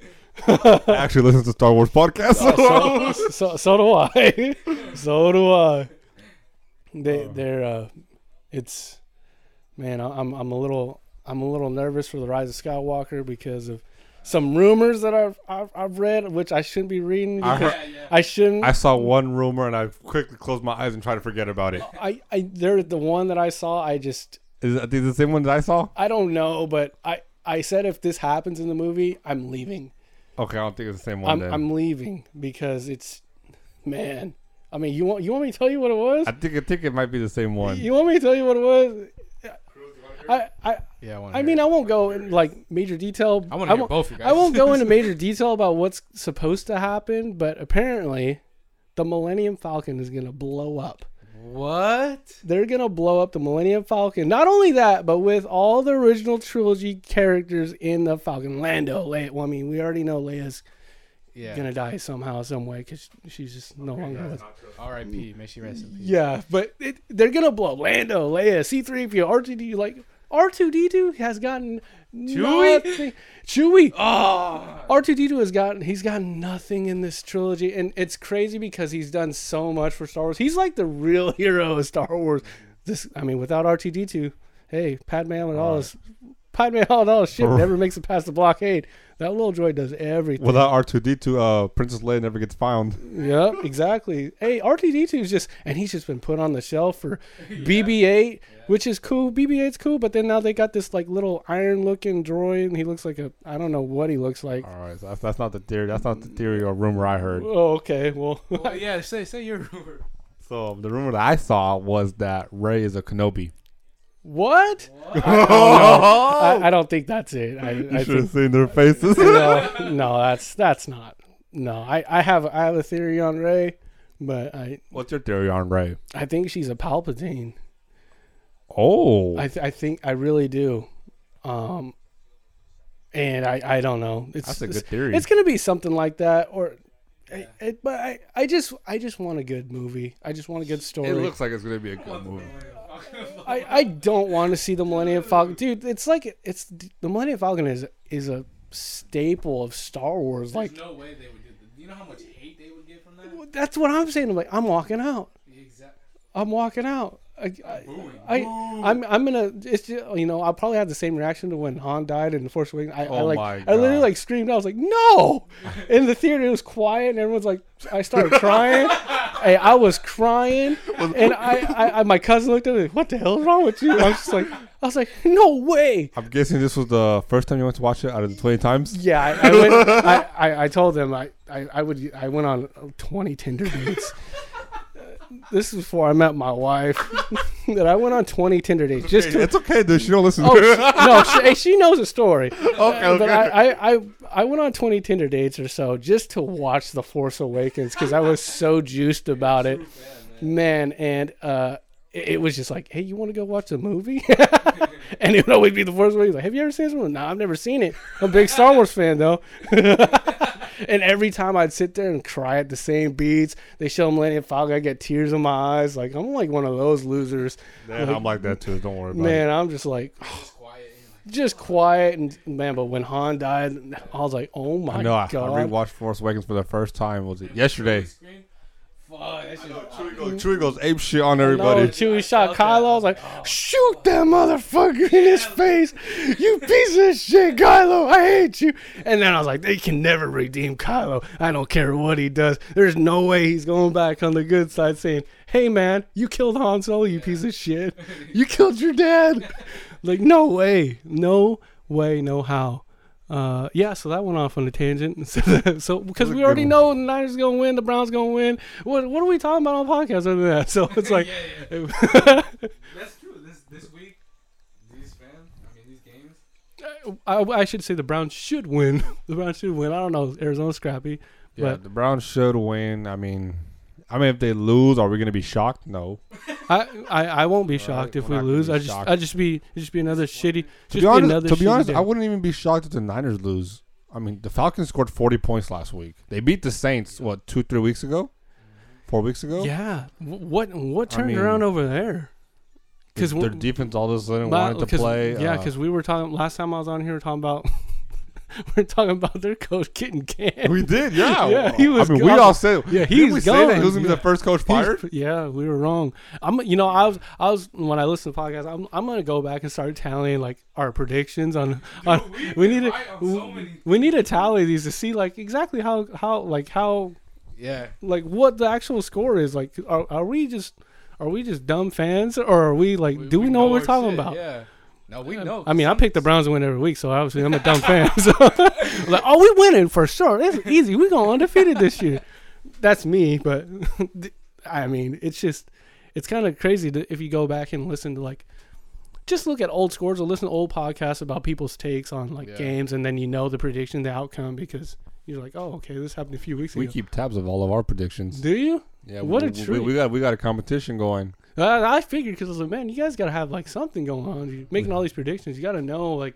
Speaker 1: I actually listen to Star Wars podcasts.
Speaker 2: Oh. so, so so do I. so do I. They
Speaker 1: Oh.
Speaker 2: they're uh, it's man. I- I'm I'm a little I'm a little nervous for the Rise of Skywalker because of some rumors that I've I've, I've read, which I shouldn't be reading.
Speaker 1: I
Speaker 2: Because
Speaker 1: heard,
Speaker 3: yeah, yeah.
Speaker 2: I shouldn't.
Speaker 1: I saw one rumor and I quickly closed my eyes and tried to forget about it.
Speaker 2: I, I they're the one that I saw. I just
Speaker 1: Is that the same one that I saw?
Speaker 2: I don't know, but I I said if this happens in the movie, I'm leaving.
Speaker 1: Okay, I don't think it's the same one.
Speaker 2: I'm
Speaker 1: then.
Speaker 2: I'm leaving because it's man. I mean, you want you want me to tell you what it was?
Speaker 1: I think I think it might be the same one.
Speaker 2: You want me to tell you what it was? I I,
Speaker 4: Yeah, I want.
Speaker 2: I mean, I won't go in like major detail.
Speaker 4: I want to hear
Speaker 2: won't-
Speaker 4: both you guys.
Speaker 2: I won't go into major detail about what's supposed to happen, but apparently, the Millennium Falcon is gonna blow up.
Speaker 4: What?
Speaker 2: They're gonna blow up the Millennium Falcon. Not only that, but with all the original trilogy characters in the Falcon, Lando, Leia. Well, I mean, we already know Leia's
Speaker 4: Yeah.
Speaker 2: gonna die somehow, some way, because she's just no longer with.
Speaker 4: R.I.P. May she rest in peace.
Speaker 2: Yeah, but it, they're gonna blow up Lando, Leia, C three PO, R two D like R two D two has gotten
Speaker 4: Chewie?
Speaker 2: nothing. Chewie.
Speaker 4: Oh.
Speaker 2: R two D two has gotten he's gotten nothing in this trilogy, and it's crazy because he's done so much for Star Wars. He's like the real hero of Star Wars. This, I mean, without R two D two, hey, Padme Amidala's Padme Amidala's ship never makes it past the blockade. That little droid does everything.
Speaker 1: Without R two D two, uh, Princess Leia never gets found.
Speaker 2: Yep, exactly. Hey, RTD2 is just, and he's just been put on the shelf for BB-8, which is cool. BB-8's cool, but then now they got this like little iron-looking droid, and he looks like a, I don't know what he looks like.
Speaker 1: All right, so that's, that's not the theory. That's not the theory or rumor I heard.
Speaker 2: Oh, okay. Well,
Speaker 4: Well, yeah. Say say your rumor.
Speaker 1: So the rumor that I saw was that Ray is a Kenobi.
Speaker 2: what?
Speaker 1: Oh,
Speaker 2: I, I don't think that's it. I, I
Speaker 1: should have
Speaker 2: think,
Speaker 1: seen their faces.
Speaker 2: no, no, that's that's not. No, I, I have I have a theory on Ray, but I
Speaker 1: What's your theory on Ray?
Speaker 2: I think she's a Palpatine.
Speaker 1: Oh,
Speaker 2: I th- I think I really do. Um, and I I don't know. It's
Speaker 1: that's a
Speaker 2: it's-
Speaker 1: good theory.
Speaker 2: It's gonna be something like that, or I it, but I, I just I just want a good movie. I just want a good story.
Speaker 1: It looks like it's gonna be a good movie.
Speaker 2: I, I don't want to see the Millennium Falcon, dude. It's like it's the Millennium Falcon is is a staple of Star Wars. Like
Speaker 3: There's no way they would do that. Do you know how much hate they would get from that?
Speaker 2: that's what I'm saying. I'm like I'm walking out.
Speaker 3: Exactly.
Speaker 2: I'm walking out. I, I, I I'm I'm gonna it's ju- you know I'll probably have the same reaction to when Han died in the Force Awakens. I, I
Speaker 1: Oh
Speaker 2: like
Speaker 1: my
Speaker 2: I literally
Speaker 1: God.
Speaker 2: like screamed. I was like no, in the theater it was quiet and everyone's like I started crying. hey, I was crying and I, I, I my cousin looked at me. What the hell is wrong with you? I was just like I was like no way.
Speaker 1: I'm guessing this was the first time you went to watch it out of the 20 times.
Speaker 2: Yeah, I, I, went, I, I, I told them I, I, I would I went on twenty Tinder dates. this is before I met my wife. that I went on twenty Tinder dates just to
Speaker 1: It's okay, dude. She don't listen.
Speaker 2: Oh she, no, she, hey, she knows a story.
Speaker 1: okay,
Speaker 2: But I, I, I, I went on 20 Tinder dates or so just to watch The Force Awakens because I was so juiced about it, man. And uh, it, it was just like, hey, you want to go watch a movie? and it would always be The Force Awakens. Like, have you ever seen this one? No, I've never seen it. I'm a big Star Wars fan though. and every time I'd sit there and cry at the same beats, they show Millennium Falcon. I get tears in my eyes. Like I'm like one of those losers,
Speaker 1: Man, I'm like that too. Don't worry about it.
Speaker 2: man. I'm just like
Speaker 3: It's quiet. And like,
Speaker 2: just quiet and man. But when Han died, I was like, oh my
Speaker 1: I know. I, I
Speaker 2: god.
Speaker 1: rewatched Force Awakens for the first time. Was it yesterday?
Speaker 3: screen. Fuck. That shit.
Speaker 1: Chewie goes, Chewie goes ape shit on everybody.
Speaker 2: No, Chewie shot Kylo. I was like, shoot that motherfucker in his face. You piece of shit, Kylo. I hate you. And then I was like, they can never redeem Kylo. I don't care what he does. There's no way he's going back on the good side saying, hey, man, you killed Han Solo, you piece of shit. You killed your dad. like, no way. No way, no how. Uh, yeah, so that went off on a tangent. so because we already know the Niners are gonna win, the Browns gonna win. What what are we talking about on podcasts other than that? So it's like,
Speaker 3: That's true. This this week, these fans. I mean, these games.
Speaker 2: I, I should say the Browns should win. The Browns should win. I don't know. Arizona's scrappy,
Speaker 1: Yeah,
Speaker 2: but
Speaker 1: the Browns should win. I mean, I mean, if they lose, are we gonna be shocked? No.
Speaker 2: I, I, I won't be shocked if
Speaker 1: we're
Speaker 2: we
Speaker 1: not gonna
Speaker 2: lose.
Speaker 1: be
Speaker 2: I just
Speaker 1: shocked.
Speaker 2: I just be it'd just be another shitty. Just
Speaker 1: To be honest,
Speaker 2: another
Speaker 1: to be
Speaker 2: shitty
Speaker 1: honest,
Speaker 2: day.
Speaker 1: I wouldn't even be shocked if the Niners lose. I mean, the Falcons scored 40 points last week. They beat the Saints what two, three weeks ago, four weeks ago.
Speaker 2: Yeah. Wh- What what
Speaker 1: I
Speaker 2: turned
Speaker 1: mean,
Speaker 2: around over there?
Speaker 1: because
Speaker 2: Because
Speaker 1: their defense all of a sudden
Speaker 2: La-
Speaker 1: wanted to
Speaker 2: 'cause-
Speaker 1: play.
Speaker 2: Yeah,
Speaker 1: uh,
Speaker 2: because we were talking last time I was on here. We were talking about we are talking about their coach getting canned.
Speaker 1: we did. Yeah,
Speaker 2: Yeah, he was
Speaker 1: I mean, we
Speaker 2: gone.
Speaker 1: all said.
Speaker 2: Yeah,
Speaker 1: didn't
Speaker 2: he's
Speaker 1: we say that he was
Speaker 2: gone.
Speaker 1: gonna be the first coach fired.
Speaker 2: He's- Yeah, we were wrong. I'm, you know, I was, I was when I listened to podcasts, I'm, I'm gonna go back and start tallying like our predictions on, on
Speaker 3: we've
Speaker 2: we
Speaker 3: been
Speaker 2: need to,
Speaker 3: right on so many
Speaker 2: we need to tally these to see like exactly how, how, like how,
Speaker 4: Yeah.
Speaker 2: like what the actual score is. Like, are, are we just, are we just dumb fans, or are we like, do we, know, what
Speaker 4: our
Speaker 2: we're talking
Speaker 4: shit,
Speaker 2: about?
Speaker 4: Yeah. No, we know.
Speaker 2: I mean, I pick the Browns to win every week, so obviously I'm a dumb fan. So, like, oh, we winning for sure. It's easy. We going undefeated this year. That's me, but I mean, it's just it's kind of crazy to, if you go back and listen to like just look at old scores or listen to old podcasts about people's takes on like
Speaker 4: Yeah.
Speaker 2: games, and then you know the prediction, the outcome because you're like, oh, okay, this happened a few weeks
Speaker 1: We
Speaker 2: ago.
Speaker 1: keep tabs of all of our predictions.
Speaker 2: Do you?
Speaker 1: Yeah,
Speaker 2: What
Speaker 1: we,
Speaker 2: a
Speaker 1: we-
Speaker 2: treat.
Speaker 1: We got we got a competition going.
Speaker 2: Uh, I figured because I was like, man, you guys got to have like something going on. You're making all these predictions. You got to know like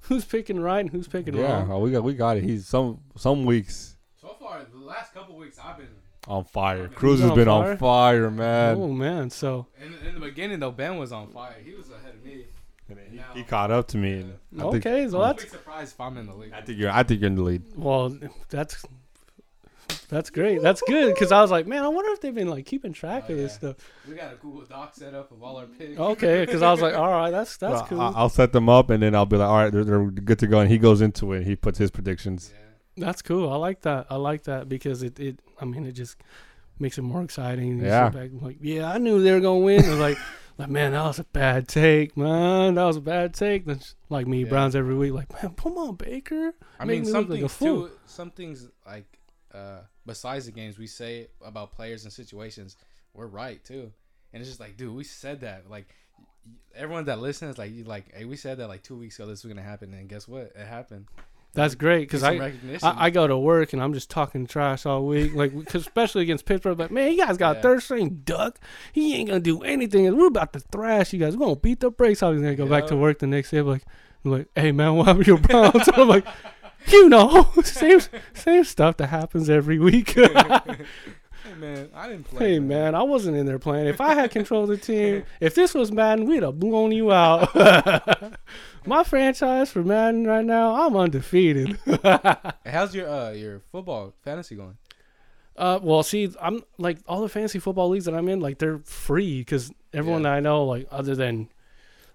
Speaker 2: who's picking right and who's picking
Speaker 1: Yeah,
Speaker 2: wrong.
Speaker 1: oh, we got we got it. He's some some weeks
Speaker 3: So far, the last couple weeks, I've been
Speaker 1: on fire. Cruz has
Speaker 2: on
Speaker 1: been
Speaker 2: fire?
Speaker 1: on fire, man.
Speaker 2: oh man, so
Speaker 4: In, in the beginning though, Ben was on fire.
Speaker 3: fire. He was ahead of me.
Speaker 1: And he,
Speaker 3: Now-
Speaker 1: he caught up to me. and I think-
Speaker 2: okay, so
Speaker 3: I'd
Speaker 2: that's
Speaker 3: be surprised if I'm in the league.
Speaker 1: I think you're I think you're in the lead.
Speaker 2: well, that's that's great. That's good because I was like, man, I wonder if they've been like keeping track
Speaker 3: Oh,
Speaker 2: of this
Speaker 3: yeah.
Speaker 2: stuff.
Speaker 3: We got a Google Doc set up of all our picks.
Speaker 2: Okay, because I was like, all right, that's that's
Speaker 1: Well,
Speaker 2: cool.
Speaker 1: I- I'll set them up, and then I'll be like, all right, they're, they're good to go. And he goes into it. He puts his predictions.
Speaker 3: Yeah.
Speaker 2: that's cool. I like that. I like that because it it. I mean, it just makes it more exciting. You sit
Speaker 1: Yeah.
Speaker 2: back, like yeah, I knew they were gonna win. I was like. Like man, that was a bad take, man. That was a bad take. That's like me,
Speaker 4: Yeah.
Speaker 2: Browns every week. Like man, come on, Baker.
Speaker 4: I
Speaker 2: Make
Speaker 4: mean,
Speaker 2: me
Speaker 4: some
Speaker 2: look like a
Speaker 4: things
Speaker 2: fool.
Speaker 4: too. Some things like uh, besides the games we say about players and situations, we're right too. And it's just like, dude, we said that. Like y- everyone that listens, like you, like, hey, we said that like two weeks ago. This was gonna happen, and guess what? It happened.
Speaker 2: That's great because
Speaker 4: Some
Speaker 2: I,
Speaker 4: recognition.
Speaker 2: I I go to work and I'm just talking trash all week, like 'cause especially against Pittsburgh. Like, man, you guys got
Speaker 4: Yeah.
Speaker 2: third string duck. He ain't gonna do anything. And We're about to thrash you guys. We're gonna beat the brakes off. He's gonna go back to
Speaker 4: Yeah.
Speaker 2: work the next day. Like, I'm like, hey man, what happened to your Browns? I'm like, you know, same same stuff that happens every week.
Speaker 4: hey man, I didn't play.
Speaker 2: hey man, I wasn't in there playing. If I had control of the team, if this was Madden, we'd have blown you out. My franchise for Madden right now, I'm undefeated.
Speaker 4: How's your uh your football fantasy going?
Speaker 2: Uh, well, see, I'm like all the fantasy football leagues that I'm in, like they're free because everyone
Speaker 4: Yeah.
Speaker 2: that I know, like other than,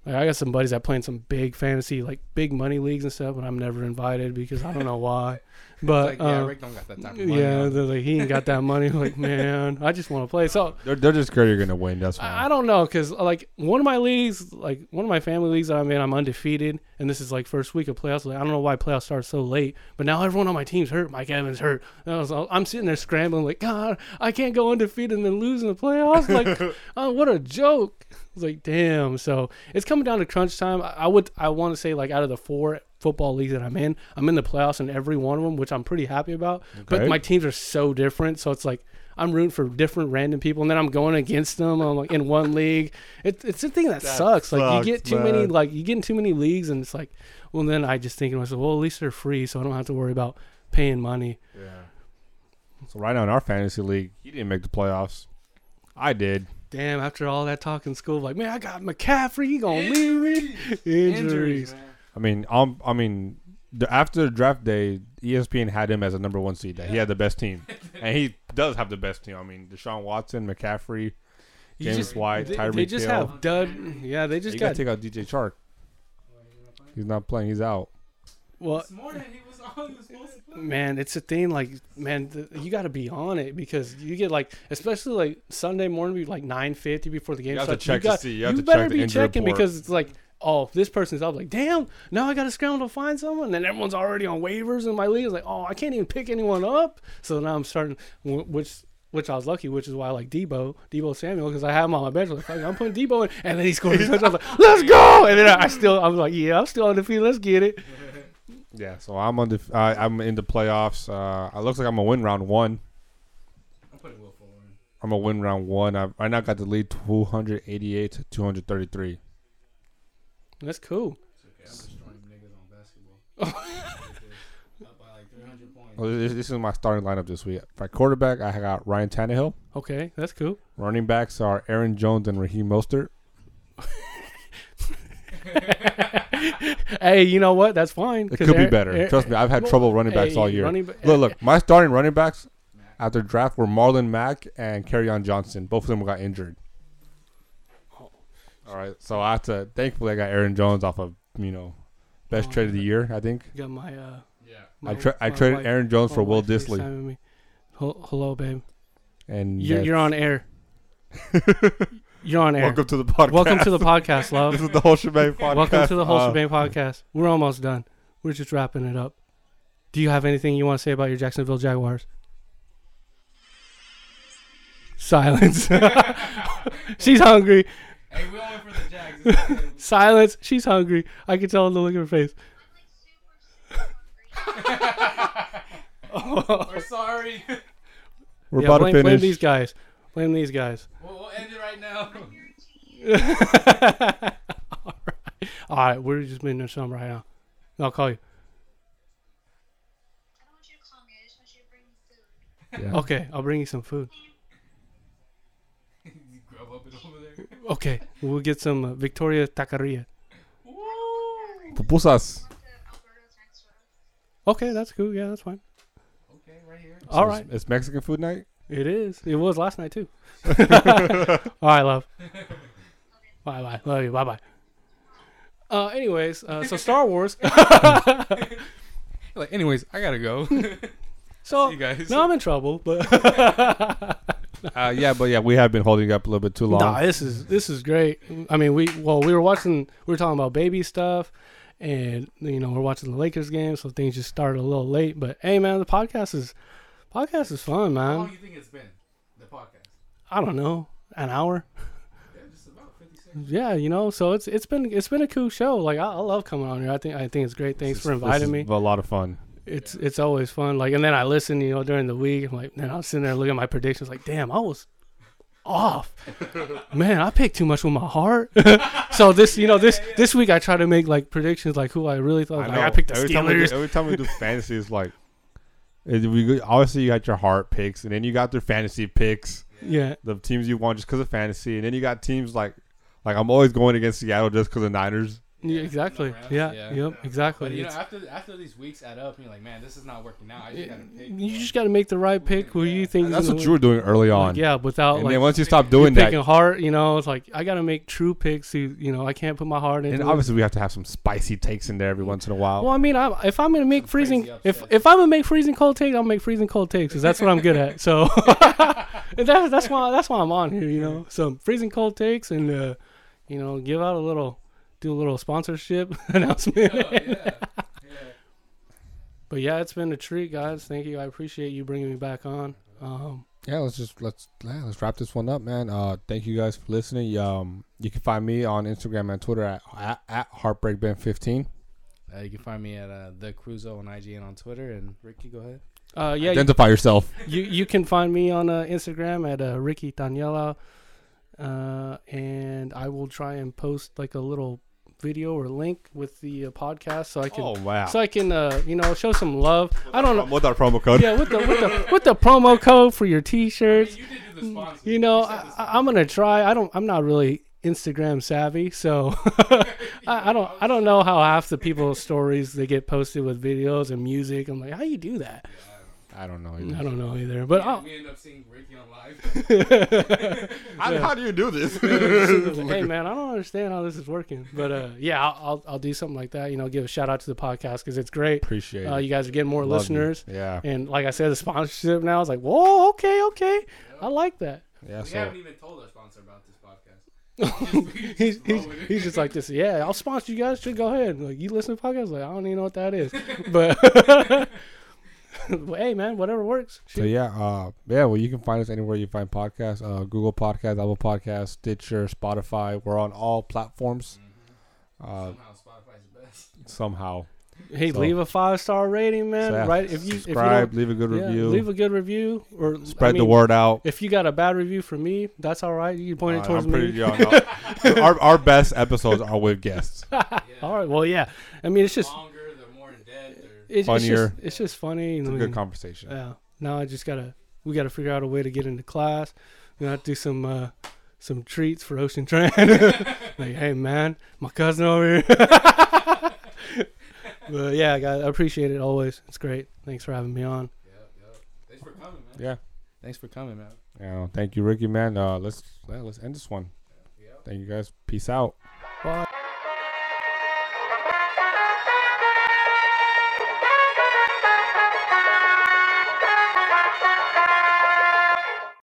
Speaker 2: like I got some buddies that play in some big fantasy, like big money leagues and stuff, and I'm never invited because I don't know why. But
Speaker 4: It's like, yeah,
Speaker 2: um,
Speaker 4: Rick don't got that type of money.
Speaker 2: yeah,
Speaker 4: on.
Speaker 2: they're like he ain't got that money. like man, I just want to play. So
Speaker 1: They're, they're just scared you're gonna win. That's why.
Speaker 2: I, I don't know because like one of my leagues, like one of my family leagues that I'm in, I'm undefeated, and this is like first week of playoffs. Like, I don't know why playoffs start so late, but now everyone on my team's hurt. Mike Evans hurt. And I was, I'm sitting there scrambling like, God, I can't go undefeated and then lose in the playoffs. Like, oh, what a joke! I was like, damn. So it's coming down to crunch time. I, I would, I want to say like out of the four football leagues that I'm in, I'm in the playoffs in every one of them, which I'm pretty happy about. But
Speaker 1: Okay.
Speaker 2: my teams are so different, so it's like I'm rooting for different random people, and then I'm going against them. I'm like in one league. It, it's the thing that, sucks. Like
Speaker 1: sucks,
Speaker 2: you get too many,
Speaker 1: man.
Speaker 2: like you get in too many leagues, and it's like, well, then I just think to myself, well, at least they're free, so I don't have to worry about paying money.
Speaker 1: so right now in our fantasy league, he didn't make the playoffs. I did.
Speaker 2: Damn! After all that talk in school, like man, I got McCaffrey. He gonna leave me? Injuries.
Speaker 4: Injuries, man.
Speaker 1: I mean, um, I mean, the, after the draft day, E ESPN had him as a number one seed. That he had the best team, and he does have the best team. I mean, Deshaun Watson, McCaffrey,
Speaker 2: You
Speaker 1: James
Speaker 2: just-
Speaker 1: White,
Speaker 2: They,
Speaker 1: Tyreek
Speaker 2: they just
Speaker 1: Hill.
Speaker 2: have dud. Yeah, they just
Speaker 1: you
Speaker 2: got.
Speaker 1: gotta take out DJ Chark. He's not playing. He's out.
Speaker 2: well,
Speaker 3: This morning he was on. He was supposed to play.
Speaker 2: man it's a thing like man th- you got to be on it because you get like especially like sunday morning be like 9.50 before the game
Speaker 1: You have to
Speaker 2: starts
Speaker 1: check to
Speaker 2: got,
Speaker 1: see. You have to check
Speaker 2: better
Speaker 1: the
Speaker 2: be
Speaker 1: injury
Speaker 2: checking
Speaker 1: report.
Speaker 2: because it's like oh if this person's up like damn now i gotta scramble to find someone and then everyone's already on waivers in my league it's like oh i can't even pick anyone up so now i'm starting wh- which which I was lucky, which is why I like Debo, Debo Samuel, because I have him on my bench. Like, fuck, I'm putting Debo in, and then he scored. a touchdown. I was like, "Let's go!" And then I, I still, I was like, "Yeah, I'm still on the field. Let's get it."
Speaker 1: Yeah, so I'm on the. I I'm in the playoffs. Uh, it looks like I'm gonna win round one.
Speaker 3: I'm putting Will Fuller.
Speaker 1: I'm gonna win round one. I right now got the lead 288 to 233.
Speaker 2: That's cool.
Speaker 3: It's okay. I'm destroying niggas on basketball. Up by like 300 points.
Speaker 1: Well, this, this is my starting lineup this week. For quarterback, I got Ryan Tannehill.
Speaker 2: Okay, that's cool.
Speaker 1: Running backs are Aaron Jones and Raheem Mostert.
Speaker 2: hey, you know what? That's fine.
Speaker 1: It
Speaker 2: 'cause
Speaker 1: could be
Speaker 2: Aaron-
Speaker 1: better.
Speaker 2: Aaron-
Speaker 1: Trust me, I've had
Speaker 2: well,
Speaker 1: trouble running backs
Speaker 2: hey,
Speaker 1: all year.
Speaker 2: running ba- eh,
Speaker 1: look, look, my starting running backs after draft were Marlon Mack and on Johnson. Both of them got injured.
Speaker 2: Oh.
Speaker 1: All right, so I have to. Thankfully, I got Aaron Jones off of you know best
Speaker 2: Oh.
Speaker 1: trade of the year. I think
Speaker 2: You got my. Uh,
Speaker 3: Yeah.
Speaker 1: I
Speaker 2: my
Speaker 1: tra- I
Speaker 2: my
Speaker 1: traded
Speaker 2: wife-
Speaker 1: Aaron Jones
Speaker 2: my
Speaker 1: for Will
Speaker 2: wife
Speaker 1: Disley,
Speaker 2: FaceTiming me. Hel- Hello, babe.
Speaker 1: and
Speaker 2: You're,
Speaker 1: that's-
Speaker 2: you're on air. you're on air.
Speaker 1: Welcome to the podcast.
Speaker 2: Welcome to the podcast,
Speaker 1: this
Speaker 2: love.
Speaker 1: is the whole shebang podcast.
Speaker 2: Welcome to the whole
Speaker 1: Uh,
Speaker 2: shebang podcast. We're almost done. We're just wrapping it up. Do you have anything you want to say about your Jacksonville Jaguars? Silence. She's hungry.
Speaker 3: Hey, we all went for the Jags. It's okay.
Speaker 2: Silence. She's hungry. I can tell the look in her face.
Speaker 3: We're sorry.
Speaker 1: We're
Speaker 2: Yeah,
Speaker 1: about
Speaker 2: blame,
Speaker 1: to
Speaker 2: blame
Speaker 1: finish.
Speaker 2: these guys. Blame these guys.
Speaker 3: We'll, we'll end it right now.
Speaker 2: All right. All right. We're just making some right now. I'll call you.
Speaker 5: I don't want you to call me. I just want you to bring me food.
Speaker 2: Okay. I'll bring you some food.
Speaker 3: Grub up it over there.
Speaker 2: Okay. We'll get some uh, Victoria Taqueria.
Speaker 3: Woo!
Speaker 1: Pupusas.
Speaker 5: Went to Alberta's next door.
Speaker 2: Okay. That's cool. Yeah, that's fine.
Speaker 3: Okay, right here.
Speaker 2: All
Speaker 1: So
Speaker 2: right.
Speaker 1: It's, it's Mexican food night.
Speaker 2: It is. It was last night too. All right, love. Bye bye. Love you. Bye bye. Uh, anyways, uh, so Star Wars.
Speaker 4: Like, anyways, I gotta go.
Speaker 2: so
Speaker 4: you guys. Um,
Speaker 2: now I'm in trouble, but
Speaker 1: Uh, yeah, but yeah, we have been holding up a little bit too long.
Speaker 2: nah, this is this is great. I mean, we well, we were watching, we were talking about baby stuff, and you know, we're watching the Lakers game, so things just started a little late. But hey, man, the podcast is podcast is fun,
Speaker 3: How long
Speaker 2: man.
Speaker 3: you think it's been? The podcast.
Speaker 2: I don't know, an hour.
Speaker 3: Yeah, just about 50 seconds.
Speaker 2: Yeah, you know, so it's it's been it's been a cool show. Like I, I love coming on here. I think I think it's great. Thanks
Speaker 1: This-
Speaker 2: for
Speaker 1: this
Speaker 2: inviting
Speaker 1: is
Speaker 2: me.
Speaker 1: A lot of fun.
Speaker 2: It's it's always fun. Like and then I listen, you know, during the week. I'm like, man, I'm sitting there looking at my predictions. Like, damn, I was off. man, I picked too much with my heart. so this, you know, this this week I try to make like predictions, like who I really thought. like, I picked the
Speaker 1: every Time we
Speaker 2: Steelers.
Speaker 1: do, every time we do fantasy, it's like it- we go- obviously you got your heart picks, and then you got their fantasy picks,
Speaker 2: Yeah,
Speaker 1: the teams you want just because of fantasy, and then you got teams like like I'm always going against Seattle just because of Niners.
Speaker 2: yeah, exactly.
Speaker 3: Rams,
Speaker 2: Yeah,
Speaker 4: yeah.
Speaker 2: yep, exactly.
Speaker 4: But,
Speaker 3: You know,
Speaker 2: It's-
Speaker 3: after after these weeks add up, you're like, man, this is not working out. I just gotta pick.
Speaker 2: you just got to make the right pick who you think. is
Speaker 1: That's
Speaker 2: gonna
Speaker 1: what you were doing early
Speaker 2: win.
Speaker 1: on.
Speaker 2: Like, yeah, without
Speaker 1: and
Speaker 2: like
Speaker 1: then once you stop doing
Speaker 2: picking
Speaker 1: that,
Speaker 2: heart, you know, it's like I got to make true picks. Who you know, I can't put my heart in.
Speaker 1: and obviously we have to have some spicy takes in there every once in a while.
Speaker 2: Well, I mean, I, if I'm gonna make
Speaker 3: crazy
Speaker 2: freezing, if
Speaker 3: upsets.
Speaker 2: if I'm gonna make freezing cold takes, I'll make freezing cold takes. 'cause that's what I'm good at. So and that, that's why that's why I'm on here. You know, some freezing cold takes, and uh, you know, give out a little, do a little sponsorship announcement.
Speaker 3: Oh, yeah. yeah.
Speaker 2: But yeah, it's been a treat, guys. Thank you. I appreciate you bringing me back on. Um,
Speaker 1: yeah let's just let's yeah, let's wrap this one up man uh thank you guys for listening um you can find me on instagram and twitter at, at, at heartbreakben15
Speaker 4: Uh, you can find me at uh, the Cruzo on IGN on Twitter. And Ricky, go ahead.
Speaker 2: uh, yeah, you,
Speaker 1: identify yourself
Speaker 2: you you can find me on uh, Instagram at uh, Ricky Daniela, uh, and I will try and post like a little video or link with the uh, podcast so I can
Speaker 1: Oh, wow
Speaker 2: so I can uh, you know show some love. I don't know.
Speaker 1: what's our promo code
Speaker 2: Yeah, with the with the with the promo code for your T-shirts,
Speaker 3: You did do the sponsor.
Speaker 2: you know,
Speaker 3: said
Speaker 2: I, I- I'm gonna try. I don't. I'm not really Instagram savvy, so I, I don't. I don't know how half the people's stories they get posted with videos and music. I'm like, how you do that?
Speaker 1: i don't know
Speaker 2: I don't know either. But I'll,
Speaker 3: We end up seeing Ricky on live.
Speaker 1: how do you do this
Speaker 2: hey man, I don't understand how this is working. But uh, yeah, I'll, I'll I'll do something like that. You know, give a shout out to the podcast because it's great.
Speaker 1: appreciate
Speaker 2: Uh,
Speaker 1: it
Speaker 2: you guys are getting more
Speaker 1: Love you.
Speaker 2: listeners.
Speaker 1: yeah
Speaker 2: And like I said, the sponsorship now is like, whoa, okay, okay. I like that.
Speaker 1: yeah
Speaker 3: We
Speaker 1: so
Speaker 3: haven't even told our sponsor about this podcast. We just- we
Speaker 2: He's,
Speaker 3: just
Speaker 2: he's,
Speaker 3: roll with it.
Speaker 2: he's just like this. Yeah, I'll sponsor you guys. Should go ahead. Like you listen to podcasts. Like I don't even know what that is, but well, hey man, whatever works.
Speaker 1: so
Speaker 2: Shoot.
Speaker 1: yeah uh yeah well you can find us anywhere you find podcasts uh google podcast apple podcast stitcher spotify we're on all platforms
Speaker 2: Mm-hmm.
Speaker 1: uh
Speaker 3: Somehow Spotify's the best.
Speaker 1: somehow
Speaker 2: hey,
Speaker 1: so-
Speaker 2: leave a five star rating, man.
Speaker 1: So, yeah,
Speaker 2: right? If you
Speaker 1: subscribe
Speaker 2: if
Speaker 1: leave a good
Speaker 2: you don't, yeah,
Speaker 1: review
Speaker 2: leave a good review or I
Speaker 1: spread the
Speaker 2: mean,
Speaker 1: word out
Speaker 2: If you got a bad review from me, that's all right. You can point
Speaker 1: Uh,
Speaker 2: it towards
Speaker 1: I'm pretty
Speaker 2: me.
Speaker 1: young. our, our best episodes are with guests.
Speaker 2: All right. Well, yeah. I mean, it's just
Speaker 3: Longer, they're more in depth. They're
Speaker 2: it's, it's just
Speaker 1: Funnier.
Speaker 2: it's just funny.
Speaker 1: It's a
Speaker 2: I
Speaker 1: good
Speaker 2: mean,
Speaker 1: conversation.
Speaker 2: Yeah. Now I just gotta we gotta figure out a way to get into class. We gotta do some uh some treats for Ocean Tran. like, hey man, my cousin over here. but yeah, guys, I appreciate it always. It's great. Thanks for having me on.
Speaker 3: Yep, yep. Thanks for coming, man.
Speaker 1: Yeah.
Speaker 4: Thanks for coming, man.
Speaker 1: yeah. Thank you, Ricky, man. Uh, let's yeah, let's end this one.
Speaker 3: Yep.
Speaker 1: Thank you guys. Peace out.